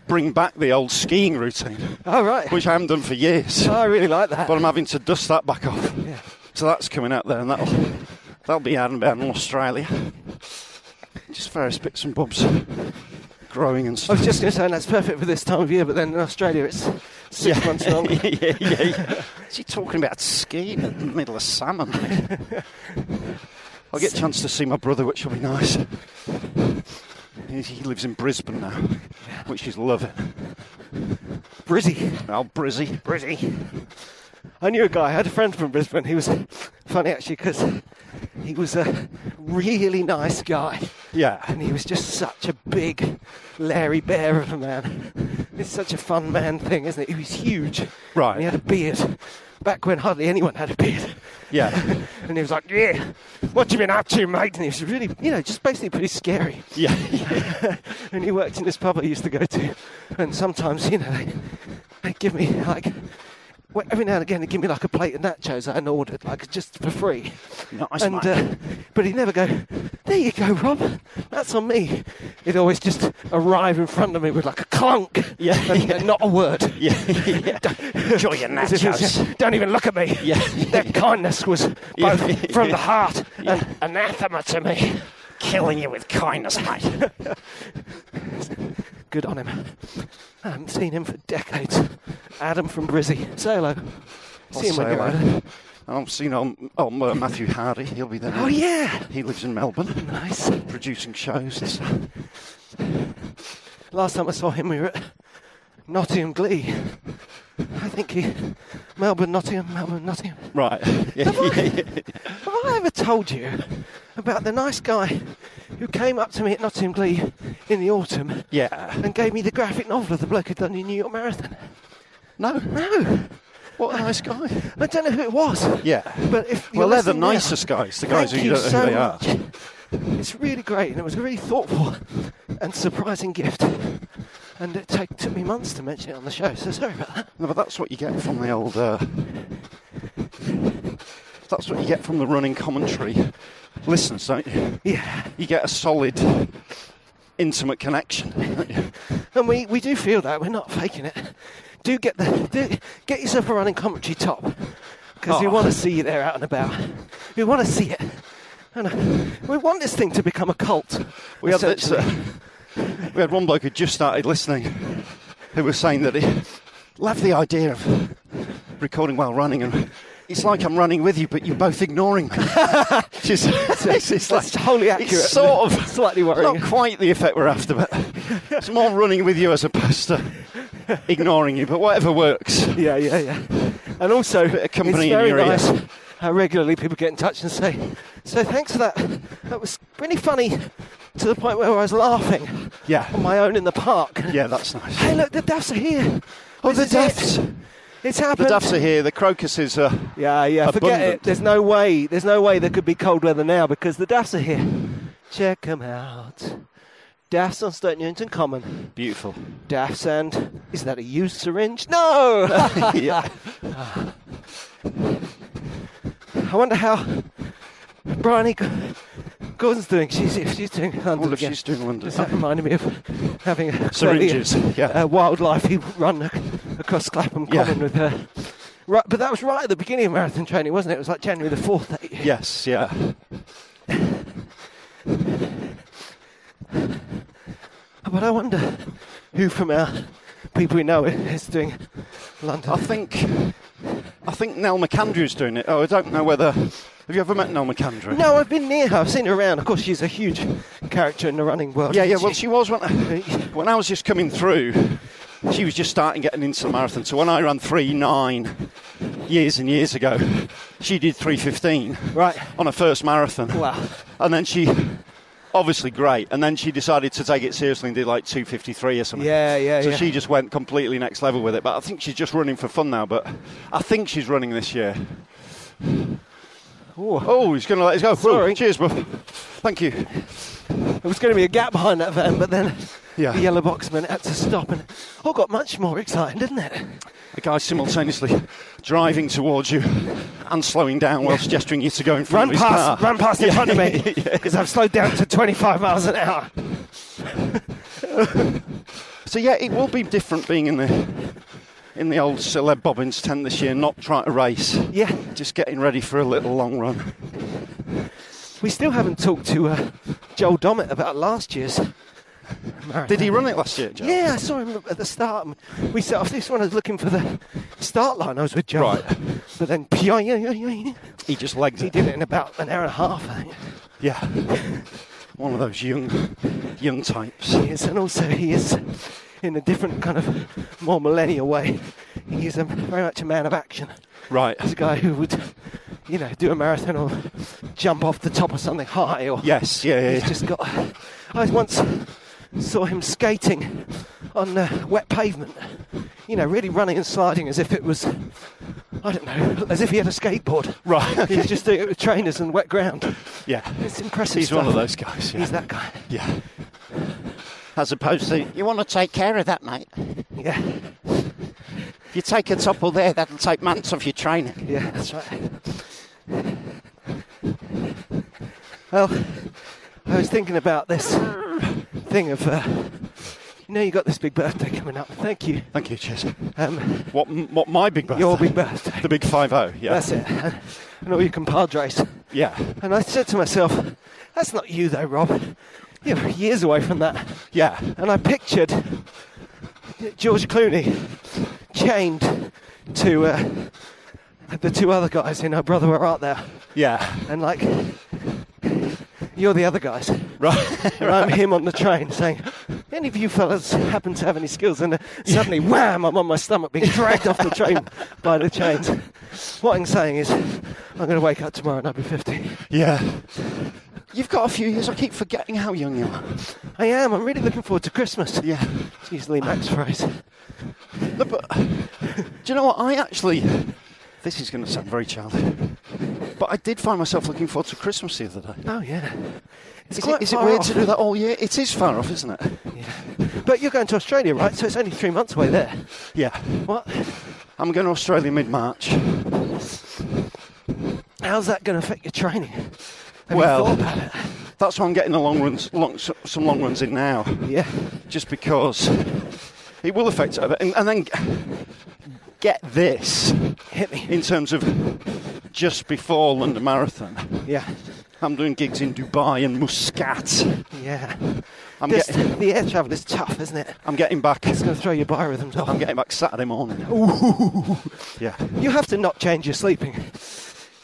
S1: bring back the old skiing routine,
S2: All right.
S1: which I haven't done for years.
S2: I really like that.
S1: But I'm having to dust that back off.
S2: Yeah.
S1: So that's coming out there, and that'll that'll be out and about in Australia. Just various bits and bobs growing and
S2: I
S1: stuff.
S2: was just going to say that's perfect for this time of year, but then in Australia it's six months long.
S1: yeah, yeah, yeah. Is he talking about skiing in the middle of salmon? I'll get a chance to see my brother, which will be nice. He- He lives in Brisbane now, which is loving.
S2: Brizzy.
S1: Oh, Brizzy.
S2: Brizzy. I knew a guy. I had a friend from Brisbane. He was funny actually because he was a really nice guy,
S1: Yeah.
S2: and he was just such a big Larry Bear of a man. It's such a fun man thing, isn't it? He was huge.
S1: Right.
S2: And he had a beard. Back when hardly anyone had a beard.
S1: Yeah.
S2: And he was like, "Yeah, what you been up to, mate?" And he was really, you know, just basically pretty scary.
S1: Yeah.
S2: and he worked in this pub I used to go to, and sometimes you know they, they give me like well, every now and again they give me like a plate of nachos I hadn't ordered like just for free.
S1: Nice,
S2: and uh,
S1: mate.
S2: but he'd never go. There you go, Rob. That's on me. He'd always just arrive in front of me with like a clunk.
S1: Yeah,
S2: and,
S1: yeah.
S2: and not a word.
S1: yeah. Enjoy your
S2: As if he was
S1: nachos.
S2: just, Don't even look at me.
S1: Yeah.
S2: That kindness was
S1: Yeah.
S2: both from the heart and anathema to me.
S1: Killing you with kindness, mate.
S2: Good on him. I haven't seen him for decades. Adam from Brizzy. Say hello. See him when you're over.
S1: I've seen on, on uh, Matthew Hardy. He'll be there.
S2: Oh, yeah.
S1: He lives in Melbourne,
S2: Nice.
S1: producing shows. and stuff.
S2: Last time I saw him, we were at Nottingham Glee. I think he. Melbourne, Nottingham, Melbourne, Nottingham.
S1: Right.
S2: Have I ever told you about the nice guy who came up to me at Nottingham Glee in the autumn
S1: yeah.
S2: and gave me the graphic novel of the bloke who'd done the New York Marathon?
S1: No.
S2: No.
S1: What a nice guy.
S2: I don't know who it was.
S1: Yeah.
S2: But if
S1: Well,
S2: you're
S1: they're the
S2: listening now-
S1: nicest guys, the guys
S2: Thank
S1: who you
S2: you
S1: don't know
S2: so
S1: who they
S2: much.
S1: are.
S2: It's really great, and it was a really thoughtful and surprising gift. And it take, took me months to mention it on the show, so sorry about that.
S1: No, but that's what you get from the old. Uh, that's what you get from the running commentary listeners, don't you?
S2: Yeah,
S1: You get a solid, intimate connection, don't you?
S2: and we, we do feel that we're not faking it. Do get the do, get yourself a running commentary top because we
S1: Oh.
S2: want to see you there out and about. We want to see it. And uh, we want this thing to become a cult.
S1: We had, this,
S2: essentially.
S1: uh, we had one bloke who just started listening who was saying that he loved the idea of recording while running and it's like I'm running with you, but you're both ignoring me. Which is- it's, it's
S2: That's wholly accurate.
S1: It's sort of
S2: Slightly worrying.
S1: Not quite the effect we're after, but it's more running with you as opposed to ignoring you. But whatever works.
S2: Yeah, yeah, yeah. And also,
S1: of company
S2: it's
S1: in
S2: very
S1: your ear.
S2: nice how regularly people get in touch and say, "So thanks for that. That was really funny." To the point where I was laughing
S1: Yeah.
S2: on my own in the park.
S1: Yeah, that's nice.
S2: Hey, look, the Duffs are here.
S1: Oh,
S2: This
S1: the
S2: is it.
S1: Duffs.
S2: It's happened.
S1: The Duffs are here. The crocuses are.
S2: Yeah, yeah. Forget it. There's no way. There's no way there could be cold weather now because the Daffs are here. Check 'em out. Daffs on Stoke Newington Common.
S1: Beautiful.
S2: Daffs and is that a used syringe? No.
S1: Yeah.
S2: I wonder how Bryony G- Gordon's doing. She's if she's doing London.
S1: wonder if
S2: again.
S1: she's doing London.
S2: Does that reminded me of having a
S1: Syringes, yeah.
S2: uh, wildlife run ac- across Clapham
S1: Yeah.
S2: Common with her. Right, but that was right at the beginning of marathon training, wasn't it? It was like January the fourth. That year.
S1: Yes, yeah.
S2: But I wonder who from our people we know is doing London.
S1: I think I think Nell McAndrew's doing it. Oh, I don't know whether. Have you ever met Nell McAndrew?
S2: No, I've been near her. I've seen her around. Of course, she's a huge character in the running world.
S1: Yeah, yeah.
S2: isn't
S1: Well,
S2: she?
S1: she was when when I was just coming through. She was just starting getting into the marathon. So when I ran three nine years and years ago, she did three fifteen
S2: Right.
S1: on her first marathon.
S2: Wow.
S1: And then she obviously great. And then she decided to take it seriously and did like two fifty three or something.
S2: Yeah, yeah,
S1: So
S2: yeah.
S1: she just went completely next level with it. But I think she's just running for fun now. But I think she's running this year. Oh, he's going to let us go. Whoa,
S2: Sorry.
S1: cheers, bro. Thank you.
S2: There was going to be a gap behind that van, but then
S1: Yeah.
S2: the yellow boxman had to stop, and it all got much more exciting, didn't it?
S1: The guy's simultaneously driving towards you and slowing down whilst gesturing you to go in front
S2: Run
S1: of his
S2: past,
S1: car.
S2: run past in front of me, because I've slowed down to 25 miles an hour.
S1: So yeah, it will be different being in the in the old celeb bobbins tent this year, not trying to race.
S2: Yeah,
S1: Just getting ready for a little long run.
S2: we still haven't talked to uh, Joel Dommett about last year's. marathon.
S1: Did he run it last year, Joe?
S2: Yeah, I saw him at the start. We set off this one. I was looking for the start line. I was with Joel.
S1: Right.
S2: But then, he
S1: He just legged
S2: did it in about an hour and a half, I think.
S1: Yeah. One of those young young types.
S2: he is, and also he is in a different kind of more millennial way. He is a, very much a man of action.
S1: Right.
S2: He's a guy who would, you know, do a marathon or jump off the top of something high. Or
S1: Yes, yeah, yeah,
S2: he's
S1: yeah.
S2: just got. I once saw him skating on uh, wet pavement. You know, really running and sliding as if it was, I don't know, as if he had a skateboard.
S1: Right.
S2: He's just doing it with trainers and wet ground.
S1: Yeah.
S2: It's impressive.
S1: He's one of
S2: stuff.
S1: those guys. Yeah.
S2: He's that guy.
S1: Yeah. As opposed to you want to take care of that, mate.
S2: Yeah.
S1: If you take a topple there, that'll take months off your training.
S2: Yeah, that's right. Well, I was thinking about this thing of, uh, you know, you got this big birthday coming up. Thank you.
S1: Thank you, cheers.
S2: Um,
S1: What, what my big birthday?
S2: your big birthday.
S1: The big 5 0, yeah.
S2: That's it. And, and all your compadres.
S1: Yeah.
S2: And I said to myself, that's not you though, Rob. You're years away from that.
S1: Yeah.
S2: And I pictured George Clooney chained to uh, the two other guys in Her Brother Where Art Thou.
S1: Yeah.
S2: and like you're the other guys and
S1: Right.
S2: i'm him on the train saying any of you fellas happen to have any skills and uh, suddenly wham i'm on my stomach being dragged off the train by the chains what i'm saying is i'm going to wake up tomorrow and i'll be 50
S1: Yeah. You've got a few years. I keep forgetting how young you are.
S2: i am i'm really looking forward to christmas
S1: Yeah.
S2: it's usually max phrase
S1: No, but do you know what? I actually. This is going to sound very childish. But I did find myself looking forward to Christmas the other day.
S2: oh yeah it's
S1: Is,
S2: quite
S1: it, is it
S2: far
S1: weird
S2: off.
S1: to do that all year? It is far off, isn't it?
S2: but you're going to australia right so it's only three months away there
S1: Yeah.
S2: what
S1: I'm going to Australia mid March.
S2: how's that going to affect your training Have you
S1: Well-
S2: thought about it?
S1: That's why I'm getting the long runs, long, some long runs in now.
S2: yeah
S1: just because it will affect it. And, and then g- get this
S2: hit me
S1: in terms of just before London Marathon,
S2: yeah
S1: I'm doing gigs in Dubai and Muscat.
S2: Yeah.
S1: I'm,
S2: This-
S1: getting,
S2: the air travel is tough, isn't it?
S1: I'm getting back.
S2: It's going to throw your biorhythms off.
S1: I'm getting back Saturday morning. Yeah.
S2: You have to not change your sleeping.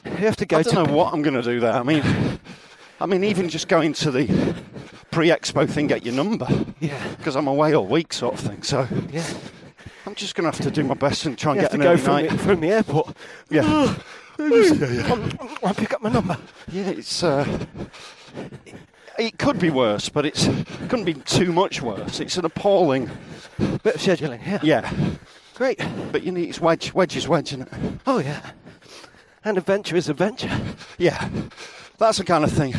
S2: You have to go
S1: I
S2: to.
S1: don't know what I'm going to do there. I mean, I mean, even just going to the pre-expo thing, get your number
S2: Yeah.
S1: because I'm away all week, sort of thing. So
S2: Yeah.
S1: I'm just going to have to do my best and try
S2: You
S1: and
S2: have
S1: get
S2: to
S1: an
S2: go
S1: early
S2: from
S1: night.
S2: the, from the airport.
S1: Yeah.
S2: Um, I pick up my number.
S1: Yeah, it's. Uh, it could be worse, but it's couldn't be too much worse. It's an appalling.
S2: Bit of scheduling. Yeah.
S1: Yeah,
S2: Great.
S1: But you need it's wedge, wedge is wedge, isn't it?
S2: Oh, yeah. And adventure is adventure.
S1: Yeah, that's the kind of thing.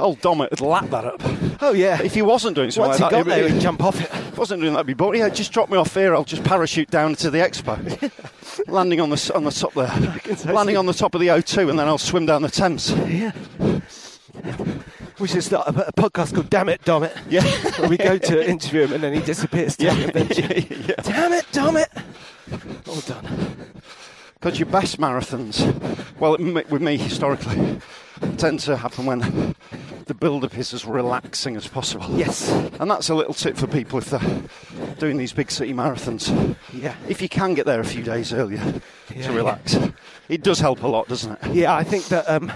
S1: Old Domit would lap that up.
S2: Oh, yeah.
S1: If he wasn't doing something
S2: Once
S1: like
S2: he
S1: that,
S2: got there,
S1: he-
S2: he'd jump off it.
S1: If he wasn't doing that, he'd be bored. Yeah, just drop me off here. I'll just parachute down to the expo, landing on the s- on the top there, landing on the top of the O2, and then I'll swim down the Thames.
S2: Yeah. We should start a, a podcast called Damn It, Dom It.
S1: Yeah.
S2: Where we go to interview him and then he disappears to an adventure. Damn it, Dom It. All done.
S1: Because your best marathons, well, m- with me historically, tend to happen when the build-up is as relaxing as possible.
S2: Yes.
S1: And that's a little tip for people if they're doing these big city marathons.
S2: Yeah.
S1: If you can get there a few days earlier
S2: Yeah.
S1: to relax, it does help a lot, doesn't it?
S2: Yeah, I think that um,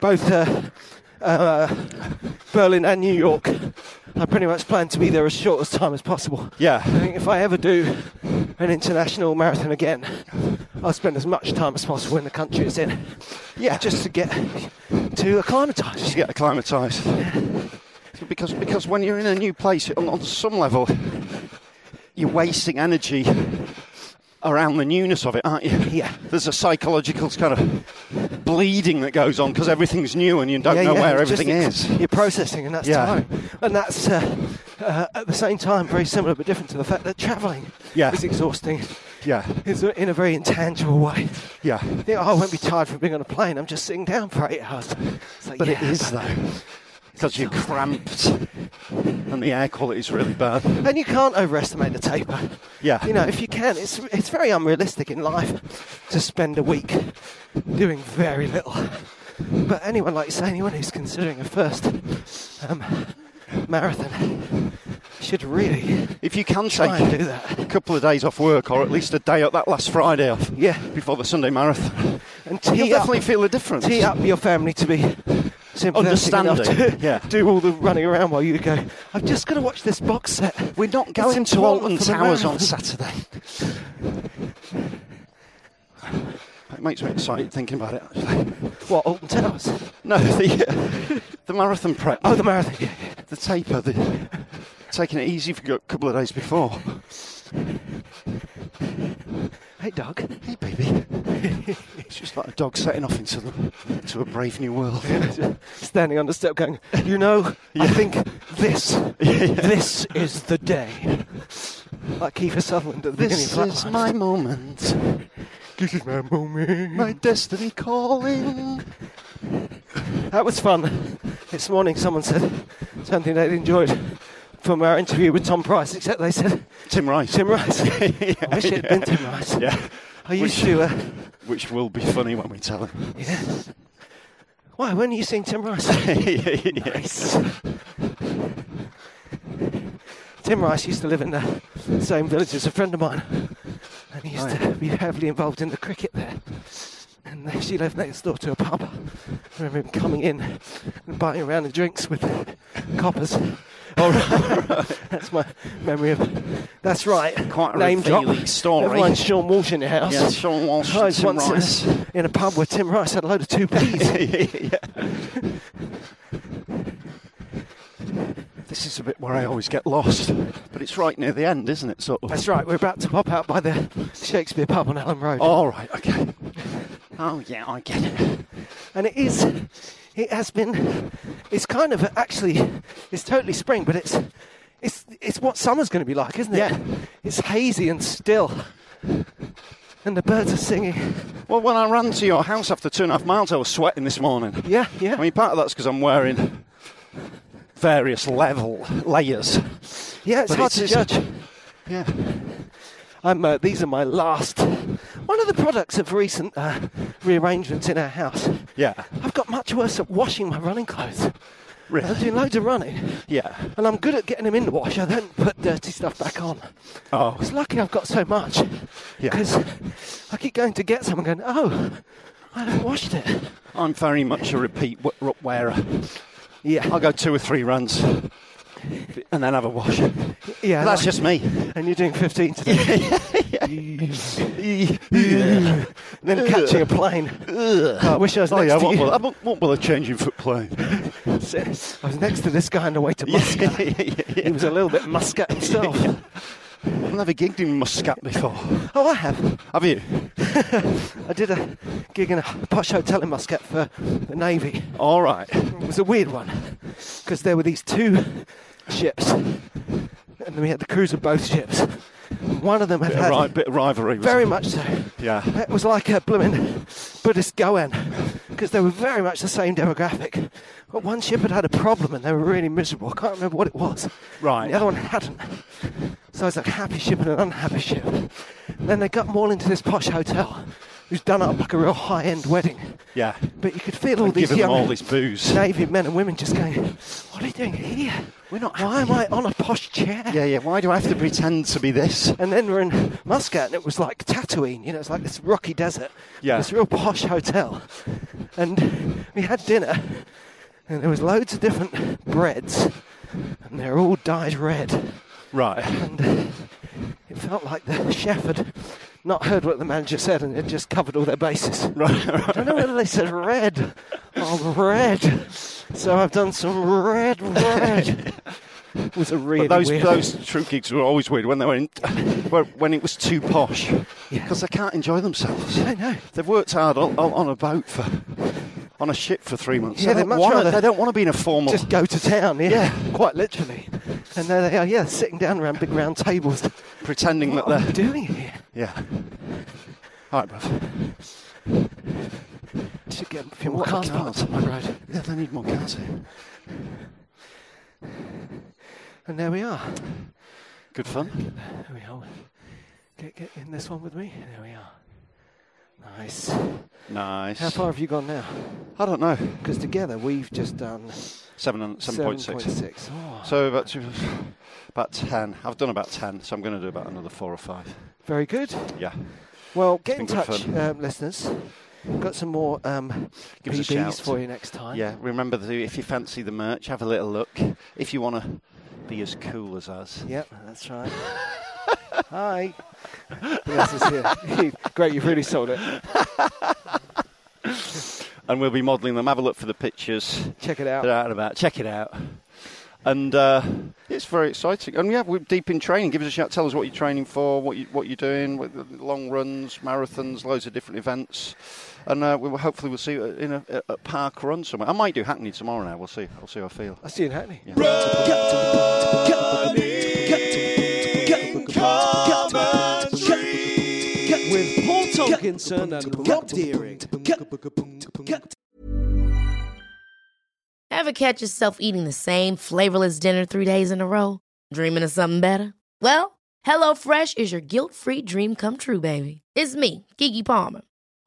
S2: both uh, uh, Berlin and New York, I pretty much plan to be there as short as time as possible. I
S1: Yeah.
S2: think if I ever do an international marathon again, I'll spend as much time as possible in the country it's in. Yeah, just to get to
S1: Just
S2: acclimatise.
S1: get acclimatised. Because, because when you're in a new place, on, on some level, you're wasting energy around the newness of it, aren't you?
S2: Yeah.
S1: There's a psychological kind of bleeding that goes on because everything's new and you don't
S2: Yeah,
S1: know
S2: yeah,
S1: where
S2: it's just
S1: everything
S2: ex-
S1: is.
S2: You're processing, and that's
S1: Yeah.
S2: time. And that's uh, uh, at the same time very similar but different to the fact that travelling
S1: Yeah.
S2: is exhausting.
S1: Yeah.
S2: It's in a very intangible way.
S1: Yeah.
S2: You think, oh, I won't be tired from being on a plane. I'm just sitting down for eight hours. It's like,
S1: But it
S2: yeah,
S1: is though, because you're cramped and the air quality is really bad.
S2: And you can't overestimate the taper.
S1: Yeah.
S2: You know, if you can, it's it's very unrealistic in life to spend a week doing very little. But anyone, like you say, anyone who's considering a first um, marathon should really
S1: If you can
S2: try and do
S1: take a
S2: that.
S1: couple of days off work, or at least a day up that last Friday off,
S2: Yeah.
S1: before the Sunday marathon,
S2: And
S1: you'll
S2: tee up,
S1: definitely feel the difference.
S2: tee up your family to be sympathetic enough
S1: Understanding,
S2: to
S1: yeah.
S2: do all the running around while you go, I've just got to watch this box set.
S1: We're not
S2: It's
S1: going to
S2: important
S1: Alton
S2: for the
S1: Towers on
S2: marathon.
S1: Saturday. It makes me excited thinking about it. Actually,
S2: What, Alton Towers?
S1: no, the uh, the marathon prep,
S2: Oh, the marathon, yeah, yeah.
S1: the taper, the taking it easy for a couple of days before.
S2: Hey, Doug.
S1: Hey, baby. it's just like a dog setting off into the, into a brave new world.
S2: standing on the step going, you know, I think this, this is the day. Like Kiefer Sutherland at the
S1: This
S2: beginning of
S1: is
S2: Flatline.
S1: my moment.
S2: This is my moment.
S1: My destiny calling.
S2: That was fun. This morning someone said something they'd enjoyed from our interview with Tom Price, except they said,
S1: Tim Rice.
S2: Tim Rice. I wish it had been Tim Rice.
S1: Yeah.
S2: I used
S1: Which-
S2: to, uh,
S1: Which will be funny when we tell him.
S2: yeah. Why, when are you seeing Tim Rice?
S1: yes.
S2: Tim Rice used to live in the same village as a friend of mine, and he used
S1: Right.
S2: to be heavily involved in the cricket there. And uh, she lived next door to a pub. I remember him coming in and buying around the drinks with coppers.
S1: Oh,
S2: All right. that's my memory of. That's right.
S1: Quite a
S2: name drop.
S1: revealing story.
S2: Everyone's Sean Walsh in the house.
S1: Yeah, Sean Walsh
S2: I
S1: and
S2: was
S1: Tim
S2: once in a-
S1: Rice.
S2: In a, pub where Tim Rice had a load of two peas.
S1: This is a bit where I always get lost, but it's right near the end, isn't it? Sort of.
S2: that's right. We're about to pop out by the Shakespeare pub on Allen Road.
S1: All right. Okay. Oh yeah, I get it.
S2: and it is it has been it's kind of actually it's totally spring but it's it's it's what summer's going to be like isn't it
S1: Yeah.
S2: it's hazy and still and the birds are singing
S1: Well, when I ran to your house after two and a half miles, I was sweating this morning.
S2: yeah yeah
S1: I mean, part of that's because I'm wearing various level layers.
S2: yeah it's
S1: but
S2: hard
S1: it's-
S2: to
S1: it's-
S2: judge
S1: Yeah.
S2: I'm, uh, these are my last one of the products of recent uh, rearrangements in our house
S1: Yeah.
S2: I've got much worse at washing my running clothes I'm
S1: Really?
S2: doing loads of running
S1: Yeah.
S2: and I'm good at getting them in the wash I don't put dirty stuff back on
S1: Oh.
S2: It's lucky I've got so much.
S1: Yeah.
S2: Because I keep going to get some and going, oh, I haven't washed it.
S1: I'm very much a repeat w- r- wearer.
S2: Yeah.
S1: I'll go two or three runs and then have a wash.
S2: yeah.
S1: That's
S2: like-
S1: just me.
S2: And you're doing 15 today. and then catching a plane. Oh, I wish I was
S1: Oh,
S2: next
S1: yeah,
S2: to
S1: what
S2: you.
S1: will, what, what will a change in foot play?
S2: I was next to this guy on the way to Muscat. he was a little bit Muscat himself.
S1: I've never gigged in Muscat before.
S2: Oh, I have.
S1: Have you?
S2: I did a gig in a posh hotel in Muscat for the Navy.
S1: All right.
S2: It was a weird one because there were these two ships, and we had the crews of both ships. One of them had
S1: Bit of,
S2: had
S1: ri- bit of rivalry. was
S2: very
S1: it?
S2: much so.
S1: Yeah.
S2: It was like a blooming Buddhist Goan because they were very much the same demographic. But one ship had had a problem and they were really miserable. I can't remember what it was.
S1: Right.
S2: The other one hadn't. So it was a happy ship and an unhappy ship. Then they got them all into this posh hotel, who's done up like a real high-end wedding.
S1: Yeah.
S2: But you could feel all
S1: And
S2: these
S1: giving them
S2: young
S1: all this booze.
S2: Navy men and women just going, "What are you doing here? We're not. Why am I on a posh chair?"
S1: Yeah, yeah. Why do I have to pretend to be this?
S2: And then we're in Muscat, and it was like Tatooine. You know, it's like this rocky desert.
S1: Yeah.
S2: This real posh hotel, and we had dinner, and there was loads of different breads, and they're all dyed red,
S1: Right.
S2: and it felt like the chef had not heard what the manager said, and had just covered all their bases.
S1: Right.
S2: I don't know whether they said red or red. So I've done some red, red. It was a really
S1: But those
S2: weird.
S1: those troop gigs were always weird when they were in, well, when it was too posh because they
S2: Yeah.
S1: can't enjoy themselves.
S2: I know.
S1: They've worked hard on, on, on a boat for on a ship for three months.
S2: Yeah,
S1: they,
S2: they'd
S1: don't
S2: much
S1: wanna,
S2: rather
S1: they don't want to be in a formal.
S2: Just go to town, yeah, quite literally. And there they are, yeah, sitting down around big round tables.
S1: pretending
S2: What
S1: that
S2: are
S1: they're
S2: we doing here?
S1: yeah. All right, bruv.
S2: Should get a few more cars parked.
S1: on my road. Yeah, they need more cars here.
S2: And there we are.
S1: Good fun.
S2: There we are. Get, get in this one with me. There we are. Nice.
S1: Nice.
S2: How far have you gone now?
S1: I don't know.
S2: Because together we've just done
S1: Seven and seven point six.
S2: 7.6. Oh,
S1: So about two, about ten. I've done about ten, so I'm going to do about another four or five.
S2: very good.
S1: Yeah.
S2: Well, get in
S1: been good
S2: touch,
S1: fun.
S2: um, listeners. Got some more um,
S1: Give us a
S2: PBs
S1: shout.
S2: for you next time.
S1: Yeah, remember to, if you fancy the merch, have a little look. If you want to be as cool as us.
S2: Yep, that's right. Hi. Who else is here? Great, you've really sold it.
S1: And we'll be modelling them. Have a look for the pictures.
S2: Check it
S1: They're
S2: out.
S1: out and about. Check it out. And uh, it's very exciting. And yeah, we're deep in training. Give us a shout. Tell us what you're training for, what, you, what you're doing, what, the long runs, marathons, loads of different events. And uh, we will, hopefully we'll see you in a, a, a park run somewhere. I might do Hackney tomorrow now. We'll see. I'll see how I feel.
S2: I'll see you in Hackney. With Paul Tonkinson and Rob Deering.
S6: Ever catch yourself eating the same flavorless dinner three days in a row? Dreaming of something better? Well, HelloFresh is your guilt-free dream come true, baby. It's me, Kiki Palmer.